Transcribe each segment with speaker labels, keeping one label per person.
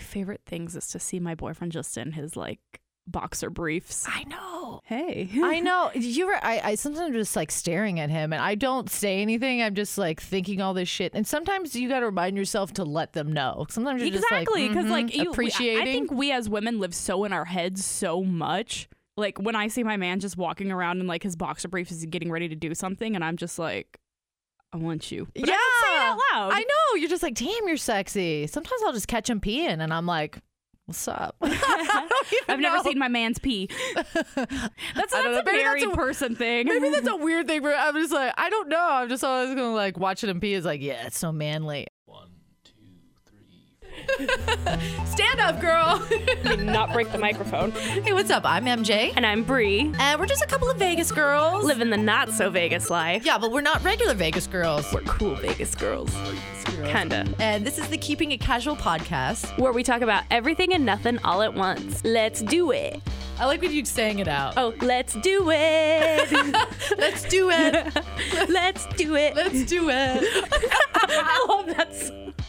Speaker 1: favorite things is to see my boyfriend just in his like boxer briefs.
Speaker 2: I know.
Speaker 1: Hey.
Speaker 2: I know. You were. I, I sometimes just like staring at him, and I don't say anything. I'm just like thinking all this shit. And sometimes you got to remind yourself to let them know. Sometimes you're
Speaker 1: exactly
Speaker 2: because
Speaker 1: because like, you- we- I-
Speaker 2: appreciating.
Speaker 1: I think we as women live so in our heads so much. Like when I see my man just walking around in like his boxer briefs, is getting ready to do something, and I'm just like, I want you. But I didn't say it out loud.
Speaker 2: I know. You're just like, damn, you're sexy. Sometimes I'll just catch him peeing, and I'm like, what's up? I don't even
Speaker 1: I've never
Speaker 2: know.
Speaker 1: seen my man's pee. That's,
Speaker 2: I
Speaker 1: that's
Speaker 2: don't
Speaker 1: a
Speaker 2: know. Maybe that's
Speaker 1: married
Speaker 2: a-
Speaker 1: person thing.
Speaker 2: Maybe that's a weird thing, but I'm just like, I don't know. I'm just always gonna like watching him pee is like, yeah, it's so manly. One, two, three. Stand up, girl.
Speaker 1: not break the microphone.
Speaker 2: hey, what's up? I'm MJ,
Speaker 1: And I'm Bree,
Speaker 2: and Uh, we're just a couple of Vegas girls.
Speaker 1: living the not so Vegas life.
Speaker 2: yeah, but we're not regular Vegas girls.
Speaker 1: We're cool Vegas girls. Kinda.
Speaker 2: And this is the Keeping It Casual podcast.
Speaker 1: Where we talk about everything and nothing all at once. Let's do it.
Speaker 2: I like when you sang it out.
Speaker 1: Oh, let's do it.
Speaker 2: Let's do it.
Speaker 1: let's do it.
Speaker 2: Let's do it.
Speaker 1: I love that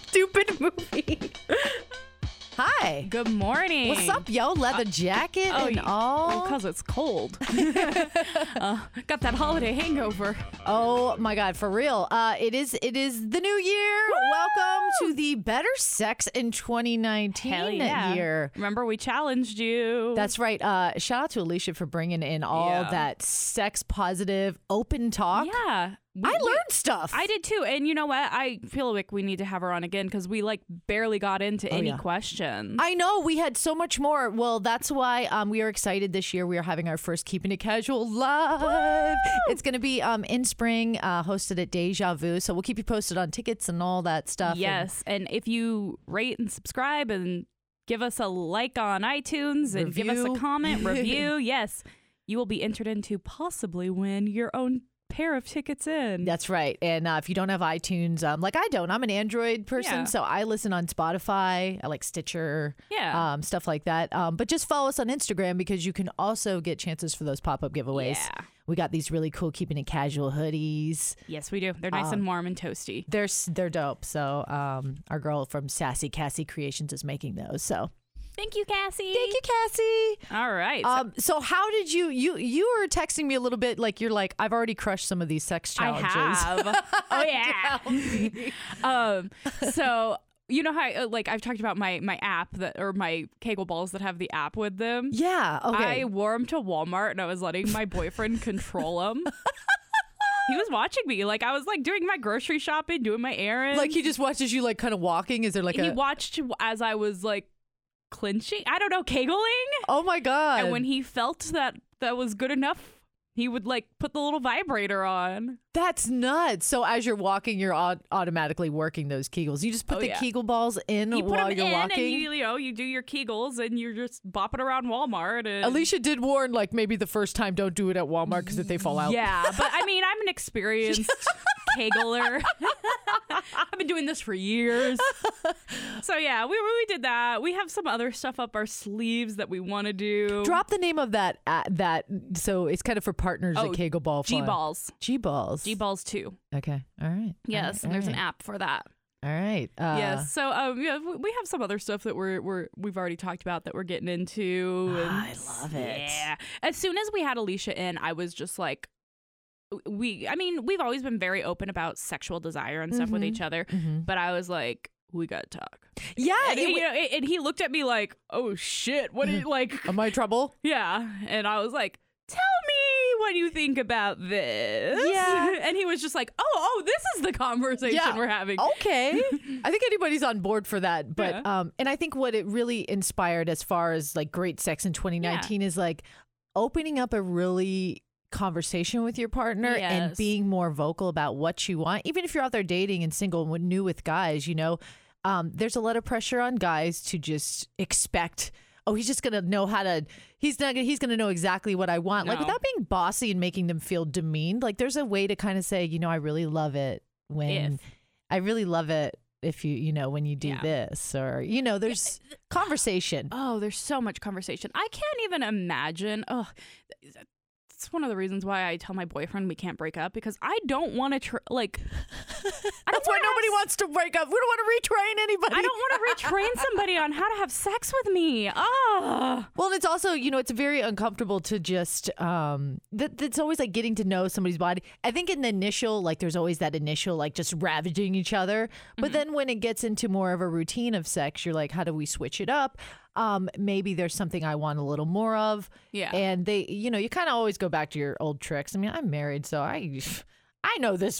Speaker 1: stupid movie.
Speaker 2: Hi.
Speaker 1: Good morning.
Speaker 2: What's up, yo? Leather jacket
Speaker 1: Oh,
Speaker 2: and
Speaker 1: y-
Speaker 2: all.
Speaker 1: Because it's cold. Uh, got that holiday hangover.
Speaker 2: Oh my God, for real. Uh, it is it is the new year. Welcome to the Better Sex in 2019
Speaker 1: Hell yeah.
Speaker 2: year.
Speaker 1: Remember, we challenged you.
Speaker 2: That's right. Uh, shout out to Alicia for bringing in all
Speaker 1: Yeah.
Speaker 2: that sex positive open talk.
Speaker 1: yeah. We-
Speaker 2: I
Speaker 1: we-
Speaker 2: learned stuff.
Speaker 1: I did too. And you know what? I feel like we need to have her on again because we like barely got into any
Speaker 2: yeah.
Speaker 1: questions.
Speaker 2: I know we had so much more. Well, that's why um, we are excited this year. We are having our first Keeping It Casual live. It's going to be um, in spring, uh, hosted at Deja Vu. So we'll keep you posted on tickets and all that stuff. and-
Speaker 1: yes. And if you rate and subscribe and give us a like on iTunes and give us
Speaker 2: Review.
Speaker 1: a comment, review, yes, you will be entered into possibly win your own pair of tickets in.
Speaker 2: That's right. And uh, if you don't have iTunes, um, like I don't, I'm an Android person,
Speaker 1: Yeah.
Speaker 2: so I listen on Spotify, I like Stitcher,
Speaker 1: Yeah.
Speaker 2: um, stuff like that. Um, but just follow us on Instagram because you can also get chances for those pop up giveaways.
Speaker 1: Yeah.
Speaker 2: We got these really cool keeping it casual hoodies.
Speaker 1: Yes, we do. They're
Speaker 2: Ah.
Speaker 1: nice and warm and toasty.
Speaker 2: They're s- they're dope. So um, our girl from Sassy Cassie Creations is making those. So
Speaker 1: Thank you, Cassie.
Speaker 2: thank you, Cassie.
Speaker 1: All right. so
Speaker 2: Um, so how did you you you were texting me a little bit like you're like I've already crushed some of these sex
Speaker 1: I
Speaker 2: challenges.
Speaker 1: have. Oh yeah. um. So you know how I, uh, like I've talked about my my app that or my Kegel balls that have the app with them.
Speaker 2: Yeah. Okay.
Speaker 1: I wore them to Walmart and I was letting my boyfriend control them. he was watching me. Like I was like doing my grocery shopping, doing my errands.
Speaker 2: Like he just watches you like kind of walking. Is there like
Speaker 1: he
Speaker 2: a
Speaker 1: watched as I was like clinching. I don't know, kegling.
Speaker 2: oh my god?
Speaker 1: And when he felt that that was good enough, he would like put the little vibrator on.
Speaker 2: that's nuts. So as you're walking, you're au- automatically working those kegels. You just put
Speaker 1: Oh,
Speaker 2: the
Speaker 1: yeah.
Speaker 2: kegel balls in
Speaker 1: You put
Speaker 2: while
Speaker 1: them
Speaker 2: you're
Speaker 1: in,
Speaker 2: walking.
Speaker 1: and you, you know you do your kegels, and you're just bopping around Walmart. And
Speaker 2: Alicia did warn like maybe the first time don't do it at Walmart because if they fall out,
Speaker 1: yeah, but I mean I'm an experienced kegler. I've been doing this for years. So yeah, we we did that. We have some other stuff up our sleeves that we want to do.
Speaker 2: Drop the name of that uh, that so it's kind of for partners
Speaker 1: Oh,
Speaker 2: at Kegel Ball.
Speaker 1: G balls,
Speaker 2: G balls.
Speaker 1: G balls too.
Speaker 2: Okay. All right.
Speaker 1: Yes, and there's an app for that.
Speaker 2: All right. Uh,
Speaker 1: yes. So um, yeah, we- we have some other stuff that we're we're we've already talked about that we're getting into. and-
Speaker 2: Ah, I love it.
Speaker 1: Yeah. As soon as we had Alicia in, I was just like, we. I mean, we've always been very open about sexual desire and stuff with
Speaker 2: Mhm.
Speaker 1: each other,
Speaker 2: Mhm.
Speaker 1: but I was like, we got to talk.
Speaker 2: Yeah.
Speaker 1: and,
Speaker 2: it
Speaker 1: you
Speaker 2: w-
Speaker 1: know, and- and he looked at me like, oh shit, what are you like?
Speaker 2: am I trouble?
Speaker 1: yeah. And I was like. Tell me what you think about this.
Speaker 2: Yeah.
Speaker 1: And he was just like, oh, oh, this is the conversation
Speaker 2: Yeah. Oh.
Speaker 1: we're having.
Speaker 2: okay i think anybody's on board for that but
Speaker 1: Yeah.
Speaker 2: um and i think what it really inspired as far as like great sex in 2019 is like opening up a really conversation with your partner and
Speaker 1: Yes.
Speaker 2: being more vocal about what you want even if you're out there dating and single and with- new with guys you know um, there's a lot of pressure on guys to just expect oh he's just gonna know how to he's not gonna he's gonna know exactly what i want like
Speaker 1: No.
Speaker 2: without being bossy and making them feel demeaned like there's a way to kind of say you know i really love it when
Speaker 1: If.
Speaker 2: I really love it if you you know when you do
Speaker 1: Yeah.
Speaker 2: this or you know there's conversation.
Speaker 1: Oh, there's so much conversation. I can't even imagine. Oh, that's one of the reasons why I tell my boyfriend we can't break up because I don't want to tr- like I don't
Speaker 2: That's why
Speaker 1: wanna
Speaker 2: nobody
Speaker 1: ask-
Speaker 2: wants to break up. We don't want to retrain anybody.
Speaker 1: I don't want to retrain somebody on how to have sex with me. Ugh.
Speaker 2: Well, and it's also, you know, it's very uncomfortable to just um that it's always like getting to know somebody's body. I think in the initial, like there's always that initial like just ravaging each other.
Speaker 1: Mm-hmm.
Speaker 2: But then when it gets into more of a routine of sex, you're like, how do we switch it up? Um, maybe there's something I want a little more of.
Speaker 1: Yeah.
Speaker 2: And they, you know, you kind of always go back to your old tricks. I mean, I'm married, so I I know this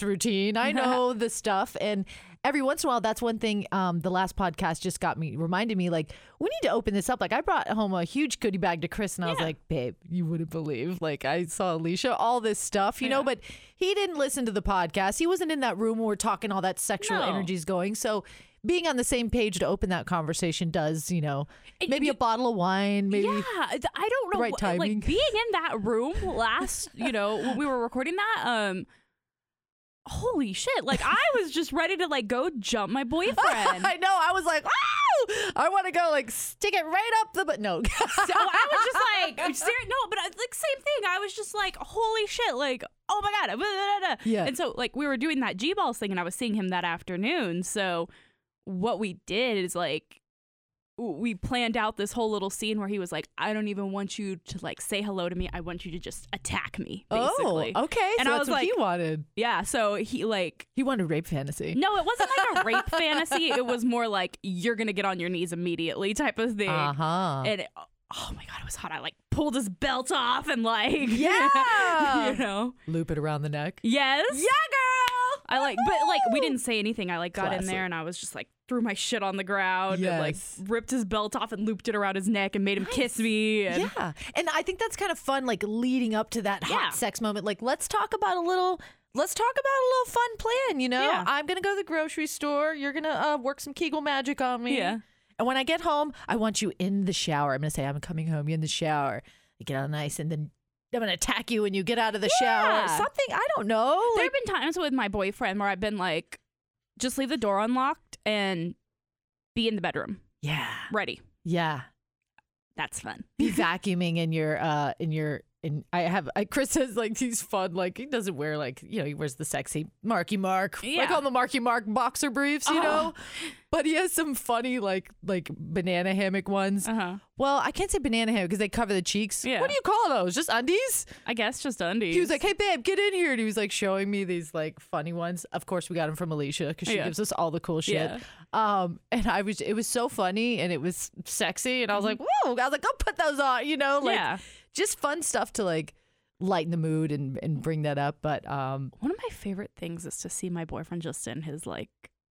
Speaker 2: routine. I know the stuff. And every once in a while, that's one thing. Um, the last podcast just got me reminded me like we need to open this up. Like I brought home a huge goodie bag to Chris, and I was
Speaker 1: Yeah.
Speaker 2: like, babe, you wouldn't believe. Like I saw Alicia, all this stuff, you know.
Speaker 1: Yeah.
Speaker 2: But he didn't listen to the podcast. He wasn't in that room where we're talking all that sexual
Speaker 1: No.
Speaker 2: energies going. So. Being on the same page to open that conversation does, you know,
Speaker 1: It-
Speaker 2: maybe a
Speaker 1: it-
Speaker 2: bottle of wine, maybe
Speaker 1: Yeah, I I don't know.
Speaker 2: right
Speaker 1: what-
Speaker 2: timing.
Speaker 1: Like being in that room last, you know, when we were recording that, um, holy shit! Like I was just ready to like go jump my boyfriend.
Speaker 2: I know. I was like, "Wow, I want to go like stick it right up the butt. No,
Speaker 1: So I was just like, I'm ser- no, but I, like same thing. I was just like, holy shit, like, oh my god, blah, blah, blah, blah.
Speaker 2: Yeah.
Speaker 1: And so like we were doing that G balls thing, and I was seeing him that afternoon. So what we did is like w- we planned out this whole little scene where he was like, I don't even want you to like say hello to me. I want you to just attack me. Basically.
Speaker 2: oh, okay.
Speaker 1: And
Speaker 2: so
Speaker 1: I
Speaker 2: that's
Speaker 1: was
Speaker 2: what he
Speaker 1: like-
Speaker 2: wanted.
Speaker 1: Yeah. So he like.
Speaker 2: He wanted rape fantasy.
Speaker 1: No, it wasn't like a rape fantasy. It was more like you're gonna get on your knees immediately type of thing
Speaker 2: Uh huh.
Speaker 1: and it, oh my god, it was hot. I like pulled his belt off and like
Speaker 2: Yeah.
Speaker 1: you know,
Speaker 2: Loop it around the neck.
Speaker 1: yes, yeah, girl. I like, but like we didn't say anything. I like got in
Speaker 2: Classic.
Speaker 1: there and I was just like threw my shit on the ground and like
Speaker 2: Yes.
Speaker 1: ripped his belt off and looped it around his neck and made him kiss me. And
Speaker 2: Yeah, and I think that's kind of fun. Like leading up to that hot
Speaker 1: Yeah.
Speaker 2: sex moment. Like let's talk about a little. Let's talk about a little fun plan. You know,
Speaker 1: Yeah.
Speaker 2: I'm gonna go to the grocery store. You're gonna uh, work some Kegel magic on me.
Speaker 1: Yeah.
Speaker 2: And when I get home, I want you in the shower. I'm gonna say I'm coming home. You're in the shower. You get on ice, and then I'm gonna attack you when you get out of the shower.
Speaker 1: Yeah.
Speaker 2: Something I don't know.
Speaker 1: There
Speaker 2: Like,
Speaker 1: have been times with my boyfriend where I've been like, just leave the door unlocked and be in the bedroom
Speaker 2: yeah,
Speaker 1: ready.
Speaker 2: yeah.
Speaker 1: That's fun.
Speaker 2: be vacuuming in your uh in your in I have I, Chris has like he's fun like he doesn't wear like you know he wears the sexy Marky Mark like
Speaker 1: Yeah.
Speaker 2: on the Marky Mark boxer briefs you
Speaker 1: Oh.
Speaker 2: know but he has some funny like like banana hammock ones
Speaker 1: Uh huh.
Speaker 2: well I can't say banana hammock because they cover the cheeks
Speaker 1: Yeah.
Speaker 2: what do you call those just undies
Speaker 1: I guess just undies.
Speaker 2: he was like hey babe get in here and he was like showing me these like funny ones of course we got them from Alicia because she
Speaker 1: Yeah.
Speaker 2: gives us all the cool shit
Speaker 1: Yeah.
Speaker 2: um and I was it was so funny and it was sexy and I was like whoa I was like go put those on you know like
Speaker 1: Mm-hmm. yeah.
Speaker 2: just fun stuff to like lighten the mood and, and bring that up. But um
Speaker 1: One of my favorite things is to see my boyfriend just in his like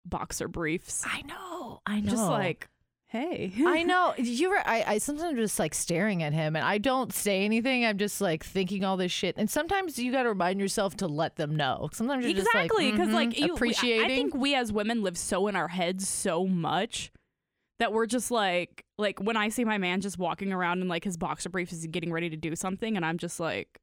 Speaker 1: boxer briefs.
Speaker 2: I know, I know,
Speaker 1: Just like, hey.
Speaker 2: I know. You were I, I sometimes I'm just like staring at him and I don't say anything. I'm just like thinking all this shit. And sometimes you gotta remind yourself to let them know. Sometimes you're
Speaker 1: exactly.
Speaker 2: just like,
Speaker 1: Because like,
Speaker 2: mhm,
Speaker 1: you- we- I-
Speaker 2: appreciating.
Speaker 1: I think we as women live so in our heads so much that we're just like like when I see my man just walking around in like his boxer briefs is getting ready to do something and I'm just like,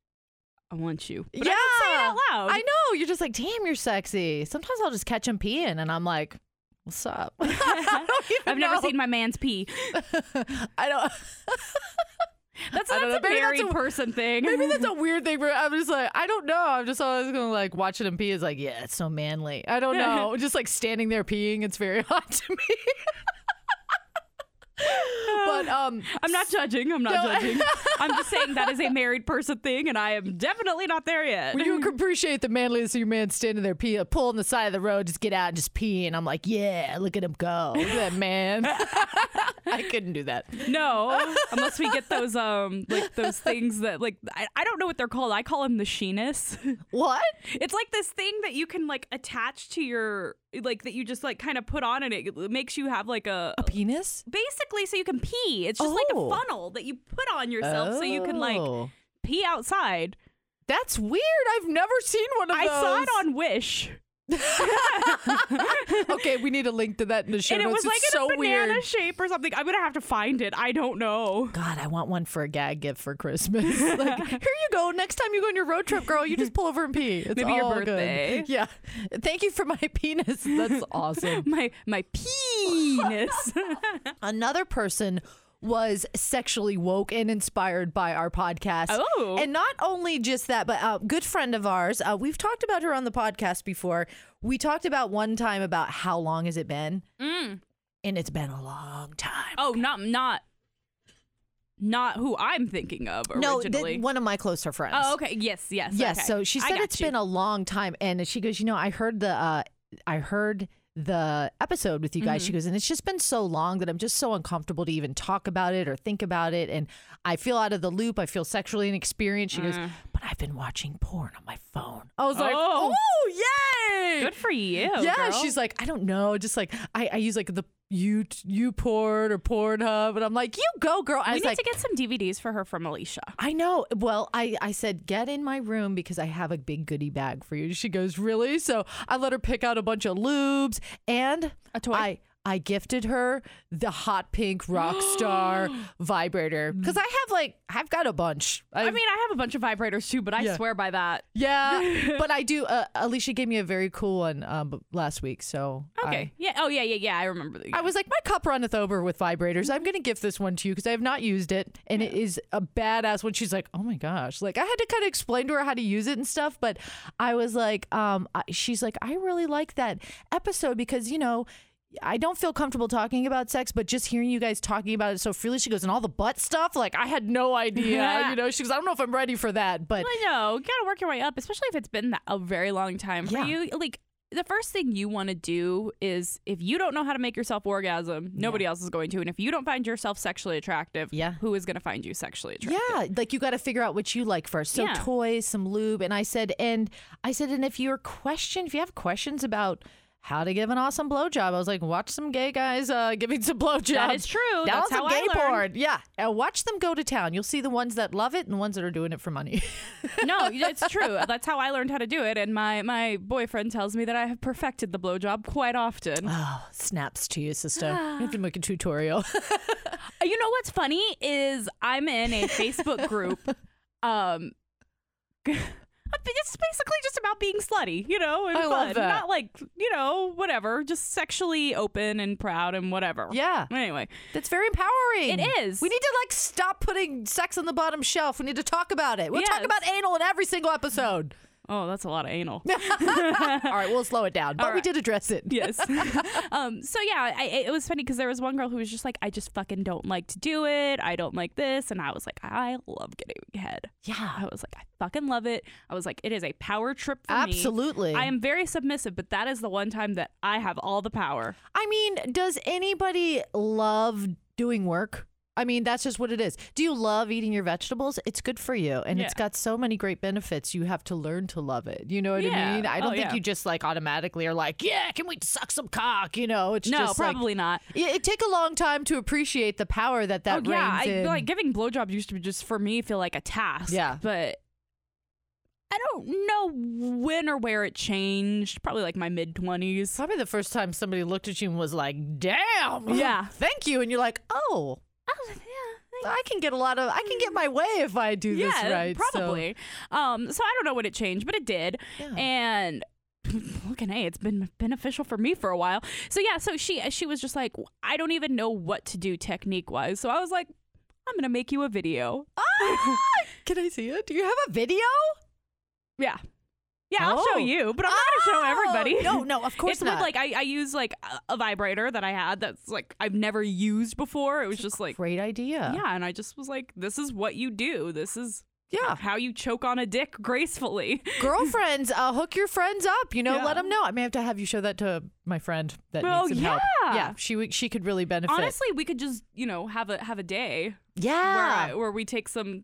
Speaker 1: I want you. But I don't say it out loud.
Speaker 2: I know. You're just like, damn, you're sexy. Sometimes I'll just catch him peeing and I'm like, what's up? I don't even
Speaker 1: I've never
Speaker 2: know.
Speaker 1: seen my man's pee.
Speaker 2: I don't
Speaker 1: That's, that's
Speaker 2: I don't
Speaker 1: a
Speaker 2: know. Maybe that's
Speaker 1: married
Speaker 2: a-
Speaker 1: person thing.
Speaker 2: Maybe that's a weird thing, but I'm just like, I don't know. I'm just always gonna like watch it and pee. Is like, yeah, it's so manly. I don't know. just like standing there peeing, it's very hot to me. but um,
Speaker 1: I'm not judging. I'm not
Speaker 2: No.
Speaker 1: judging. I'm just saying that is a married person thing, and I am definitely not there yet.
Speaker 2: you can appreciate the manliness of your man standing there pee, pulling the side of the road, just get out and just pee. And I'm like, yeah, look at him go, look at that man. I couldn't do that.
Speaker 1: No, unless we get those um like those things that like I, I don't know what they're called. I call them the sheenus.
Speaker 2: What?
Speaker 1: It's like this thing that you can like attach to your like that you just like kind of put on, and it makes you have like a.
Speaker 2: Penis?
Speaker 1: Basically, so you can pee. It's just like
Speaker 2: Oh.
Speaker 1: a funnel that you put on yourself, so you can like
Speaker 2: Oh.
Speaker 1: pee outside.
Speaker 2: That's weird. I've never seen one of
Speaker 1: I
Speaker 2: those.
Speaker 1: saw it on Wish,
Speaker 2: okay, we need a link to that in the show
Speaker 1: and it
Speaker 2: notes.
Speaker 1: was like
Speaker 2: it's
Speaker 1: in
Speaker 2: so
Speaker 1: a banana
Speaker 2: weird.
Speaker 1: shape or something. I'm gonna have to find it. I don't know.
Speaker 2: God, I want one for a gag gift for Christmas. like, here you go. Next time you go on your road trip, girl, you just pull over and pee. It's
Speaker 1: Maybe your
Speaker 2: all good.
Speaker 1: birthday.
Speaker 2: Yeah. Thank you for my penis. That's awesome.
Speaker 1: my my penis.
Speaker 2: Another person was sexually woke and inspired by our podcast.
Speaker 1: Oh.
Speaker 2: And not only just that, but a good friend of ours, uh, we've talked about her on the podcast before. We talked about one time about how long has it been? And it's been a long time.
Speaker 1: Mm. Oh, not not not who I'm thinking of
Speaker 2: no, th-
Speaker 1: originally.
Speaker 2: one of my closer friends.
Speaker 1: oh, okay. Yes, yes.
Speaker 2: Yes.
Speaker 1: okay.
Speaker 2: So she
Speaker 1: I
Speaker 2: said
Speaker 1: got
Speaker 2: it's
Speaker 1: you.
Speaker 2: been a long time, and she goes, you know, I heard the, uh, I heard the episode with you guys.
Speaker 1: Mm-hmm.
Speaker 2: She goes, and it's just been so long that I'm just so uncomfortable to even talk about it or think about it, and I feel out of the loop. I feel sexually inexperienced. She
Speaker 1: Mm.
Speaker 2: goes, but I've been watching porn on my phone. I was like,
Speaker 1: Oh.
Speaker 2: oh, yay!
Speaker 1: Good for you.
Speaker 2: yeah,
Speaker 1: girl.
Speaker 2: she's like, I don't know, just like I, I use like the you you porn or Pornhub, and I'm like, you go, girl. I
Speaker 1: We
Speaker 2: was
Speaker 1: need
Speaker 2: like,
Speaker 1: to get some DVDs for her from Alicia.
Speaker 2: I know. Well, I, I said, get in my room because I have a big goodie bag for you. She goes, really? So I let her pick out a bunch of lubes and
Speaker 1: A toy?
Speaker 2: I, I gifted her the hot pink rock star vibrator
Speaker 1: Mm.
Speaker 2: because I have like, I've got a bunch.
Speaker 1: I
Speaker 2: I've-
Speaker 1: mean, I have a bunch of vibrators too, but I
Speaker 2: Yeah.
Speaker 1: swear by that.
Speaker 2: yeah, but I do. Uh, Alicia gave me a very cool one um, last week. So I-
Speaker 1: Okay. yeah. Oh, yeah, yeah, yeah. I remember the.
Speaker 2: I was like, my cup runneth over with vibrators. I'm going to give this one to you because I have not used it. And it is a badass one. She's like, oh my gosh. Like, I had to kind of explain to her how to use it and stuff. But I was like, um, I, she's like, I really like that episode because, you know, I don't feel comfortable talking about sex, but just hearing you guys talking about it so freely, she goes, and all the butt stuff, like, I had no idea. you know, she goes, I don't know if I'm ready for that. But
Speaker 1: I know. You gotta work your way up, especially if it's been that- a very long time for
Speaker 2: Yeah.
Speaker 1: you. Like the first thing you want to do is if you don't know how to make yourself orgasm, nobody else is going to. And if you don't find yourself sexually attractive,
Speaker 2: Yeah.
Speaker 1: who is gonna find you sexually attractive?
Speaker 2: Yeah, like you got to figure out what you like first. So
Speaker 1: Yeah.
Speaker 2: toys, some lube, and I said, and I said, and if you're question, if you have questions about how to give an awesome blowjob, I was like, watch some gay guys uh, giving some blowjobs.
Speaker 1: That is true.
Speaker 2: Download
Speaker 1: That's
Speaker 2: some
Speaker 1: how
Speaker 2: gay
Speaker 1: I learned.
Speaker 2: porn. Yeah, Uh, watch them go to town. You'll see the ones that love it and the ones that are doing it for money.
Speaker 1: no, it's true. That's how I learned how to do it. And my my boyfriend tells me that I have perfected the blowjob quite often.
Speaker 2: oh, snaps to you, sister. you have to make a tutorial.
Speaker 1: You know what's funny is I'm in a Facebook group. Um, it's basically just about being slutty, you know, and
Speaker 2: I
Speaker 1: fun.
Speaker 2: love that.
Speaker 1: Not like you know, whatever, just sexually open and proud and whatever.
Speaker 2: yeah,
Speaker 1: Anyway,
Speaker 2: that's very empowering.
Speaker 1: It is.
Speaker 2: We need to like stop putting sex on the bottom shelf. We need to talk about it. We'll talk
Speaker 1: Yes.
Speaker 2: about anal in every single episode.
Speaker 1: oh, that's a lot of anal.
Speaker 2: All right, we'll slow it down, but we
Speaker 1: right.
Speaker 2: did address it.
Speaker 1: yes. um. So yeah, I, it was funny because there was one girl who was just like, I just fucking don't like to do it. I don't like this, and I was like, I love getting head.
Speaker 2: Yeah,
Speaker 1: I was like, I fucking love it. I was like, it is a power trip for me.
Speaker 2: absolutely.
Speaker 1: I am very submissive, but that is the one time that I have all the power.
Speaker 2: I mean, does anybody love doing work? I mean, that's just what it is. Do you love eating your vegetables? It's good for you, and it's
Speaker 1: Yeah.
Speaker 2: got so many great benefits. You have to learn to love it. You know what I
Speaker 1: Yeah.
Speaker 2: mean? I don't
Speaker 1: Oh,
Speaker 2: think
Speaker 1: yeah.
Speaker 2: you just like automatically are like, yeah, can we suck some cock? You know, it's
Speaker 1: No,
Speaker 2: just like-
Speaker 1: probably not.
Speaker 2: Yeah, it take a long time to appreciate the power that that
Speaker 1: oh yeah,
Speaker 2: reigns
Speaker 1: I
Speaker 2: in.
Speaker 1: like giving blowjobs used to be just for me feel like a task.
Speaker 2: Yeah.
Speaker 1: but I don't know when or where it changed. Probably like my mid twenties.
Speaker 2: Probably the first time somebody looked at you and was like, "Damn,
Speaker 1: Yeah.
Speaker 2: thank you," and you're like, "Oh, I can get a lot of I can get my way if I do
Speaker 1: Yeah,
Speaker 2: this right. so-
Speaker 1: probably. Um, so I don't know when it changed, but it did.
Speaker 2: Yeah.
Speaker 1: And looking, hey, it's been beneficial for me for a while. So yeah, so she she was just like, I don't even know what to do technique wise. So I was like, I'm gonna make you a video.
Speaker 2: Ah! can I see it? Do you have a video?
Speaker 1: Yeah. Yeah, I'll
Speaker 2: Oh.
Speaker 1: show you, but I'm not gonna show everybody.
Speaker 2: Oh, No, no, of course
Speaker 1: it's
Speaker 2: not.
Speaker 1: with like I, I use like a- a vibrator that I had that's like I've never used before. It was just like
Speaker 2: great idea.
Speaker 1: yeah, and I just was like, this is what you do. This is
Speaker 2: Yeah.
Speaker 1: how you choke on a dick gracefully.
Speaker 2: Girlfriends, uh, hook your friends up. You know,
Speaker 1: Yeah.
Speaker 2: let them know. I may have to have you show that to my friend that
Speaker 1: Oh,
Speaker 2: needs some help.
Speaker 1: yeah.
Speaker 2: Yeah, she would- she could really benefit.
Speaker 1: Honestly, we could just you know have a have a day
Speaker 2: yeah.
Speaker 1: where I, where we take some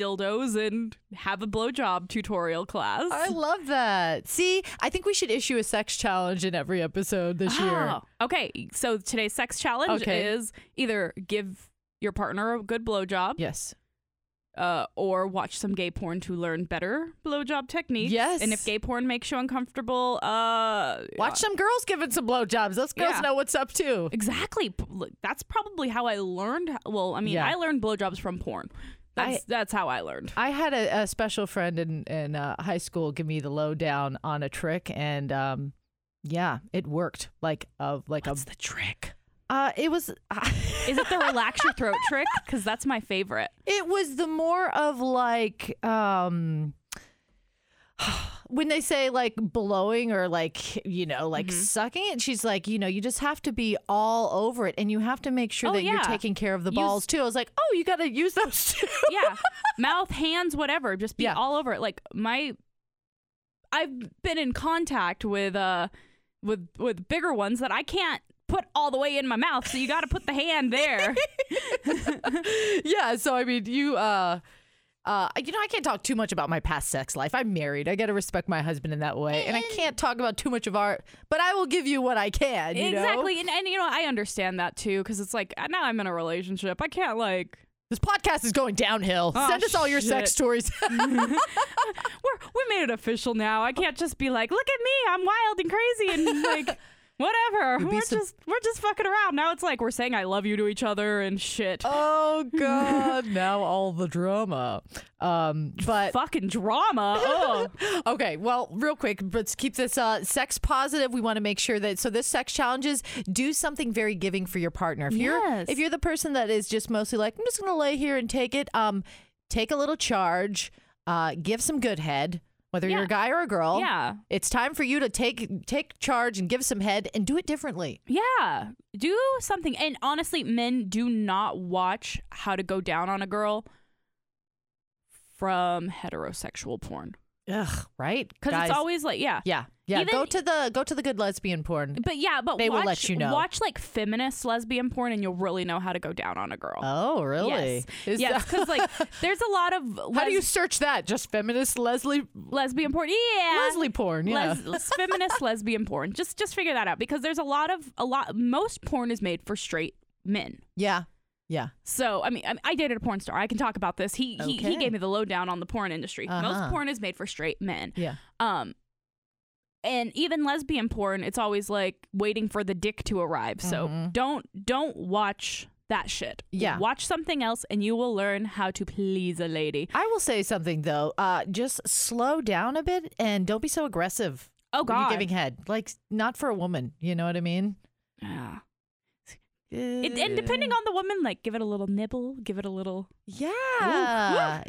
Speaker 1: dildos and have a blowjob tutorial class.
Speaker 2: I love that. See, I think we should issue a sex challenge in every episode this year.
Speaker 1: Oh, Okay, so today's sex challenge
Speaker 2: Okay.
Speaker 1: is either give your partner a good blowjob,
Speaker 2: Yes.
Speaker 1: uh, or watch some gay porn to learn better blowjob techniques.
Speaker 2: Yes.
Speaker 1: And if gay porn makes you uncomfortable, uh,
Speaker 2: Watch some girls giving some blowjobs. Those girls
Speaker 1: Yeah.
Speaker 2: know what's up too.
Speaker 1: exactly. P- look, That's probably how I learned. h- Well, I mean,
Speaker 2: Yeah.
Speaker 1: I learned blowjobs from porn. That's that's how I learned.
Speaker 2: I had a, a special friend in in uh, high school give me the lowdown on a trick, and um, yeah, it worked. Like of like a
Speaker 1: the trick?
Speaker 2: Uh, it was.
Speaker 1: Is it the relax your throat trick? Because that's my favorite.
Speaker 2: It was the more of like um when they say like blowing or like you know like
Speaker 1: Mm-hmm.
Speaker 2: sucking it she's like you know you just have to be all over it and you have to make sure
Speaker 1: Oh,
Speaker 2: that you're
Speaker 1: yeah.
Speaker 2: taking care of the
Speaker 1: Use-
Speaker 2: balls too i was like oh you got to use those too
Speaker 1: Yeah. Mouth, hands, whatever. Just be
Speaker 2: Yeah.
Speaker 1: all over it. Like my I've been in contact with uh with with bigger ones that I can't put all the way in my mouth, so you gotta put the hand there.
Speaker 2: yeah so i mean you uh uh, you know, I can't talk too much about my past sex life. I'm married. I got to respect my husband in that way, and I can't talk about too much of art. But I will give you what I can. You know?
Speaker 1: exactly. And and you know, I understand that too, because it's like uh, now I'm in a relationship. I can't like
Speaker 2: This podcast is going downhill.
Speaker 1: Aw,
Speaker 2: Send us all your sex
Speaker 1: shit.
Speaker 2: stories.
Speaker 1: we're we made it official now. I can't just be like, look at me, I'm wild and crazy and like whatever.
Speaker 2: be
Speaker 1: We're
Speaker 2: sup-
Speaker 1: just we're just fucking around. Now it's like we're saying I love you to each other and shit.
Speaker 2: Oh God! now all the drama. Um, but
Speaker 1: fucking drama. Ugh.
Speaker 2: okay, well, real quick, let's keep this uh, sex positive. We want to make sure that so this sex challenges do something very giving for your partner. If you're
Speaker 1: Yes.
Speaker 2: if you're the person that is just mostly like I'm just going to lay here and take it. Um, take a little charge. Uh, give some good head. Whether you're
Speaker 1: Yeah.
Speaker 2: a guy or a girl,
Speaker 1: Yeah.
Speaker 2: it's time for you to take take charge and give some head and do it differently.
Speaker 1: yeah. Do something. And honestly, men do not watch how to go down on a girl from heterosexual porn.
Speaker 2: Ugh, right?
Speaker 1: Because
Speaker 2: Guys,
Speaker 1: it's always like, yeah.
Speaker 2: yeah, yeah.
Speaker 1: Even-
Speaker 2: go to the go to the good lesbian porn.
Speaker 1: But yeah, but
Speaker 2: They will
Speaker 1: watch,
Speaker 2: let you know.
Speaker 1: watch like feminist lesbian porn and you'll really know how to go down on a girl.
Speaker 2: Oh, really?
Speaker 1: Yes. Yes, because like there's a lot of
Speaker 2: How
Speaker 1: les-
Speaker 2: do you search that? Just feminist Leslie
Speaker 1: lesbian porn. Yeah.
Speaker 2: Leslie porn, yeah.
Speaker 1: Les- les- feminist lesbian porn. Just just figure that out because there's a lot of a lot most porn is made for straight men.
Speaker 2: yeah. Yeah.
Speaker 1: So I mean, I, I dated a porn star. I can talk about this. He he,
Speaker 2: Okay.
Speaker 1: he gave me the lowdown on the porn industry.
Speaker 2: Uh-huh.
Speaker 1: Most porn is made for straight men.
Speaker 2: Yeah.
Speaker 1: Um, and even lesbian porn, it's always like waiting for the dick to arrive. So don't don't watch that shit.
Speaker 2: Mm-hmm. Yeah.
Speaker 1: watch something else, and you will learn how to please a lady.
Speaker 2: I will say something though. Uh just slow down a bit and don't be so aggressive.
Speaker 1: Oh
Speaker 2: when
Speaker 1: God,
Speaker 2: You're giving head. Like not for a woman, you know what I mean? Uh,
Speaker 1: yeah. It, and depending on the woman, like give it a little nibble, give it a little.
Speaker 2: Yeah.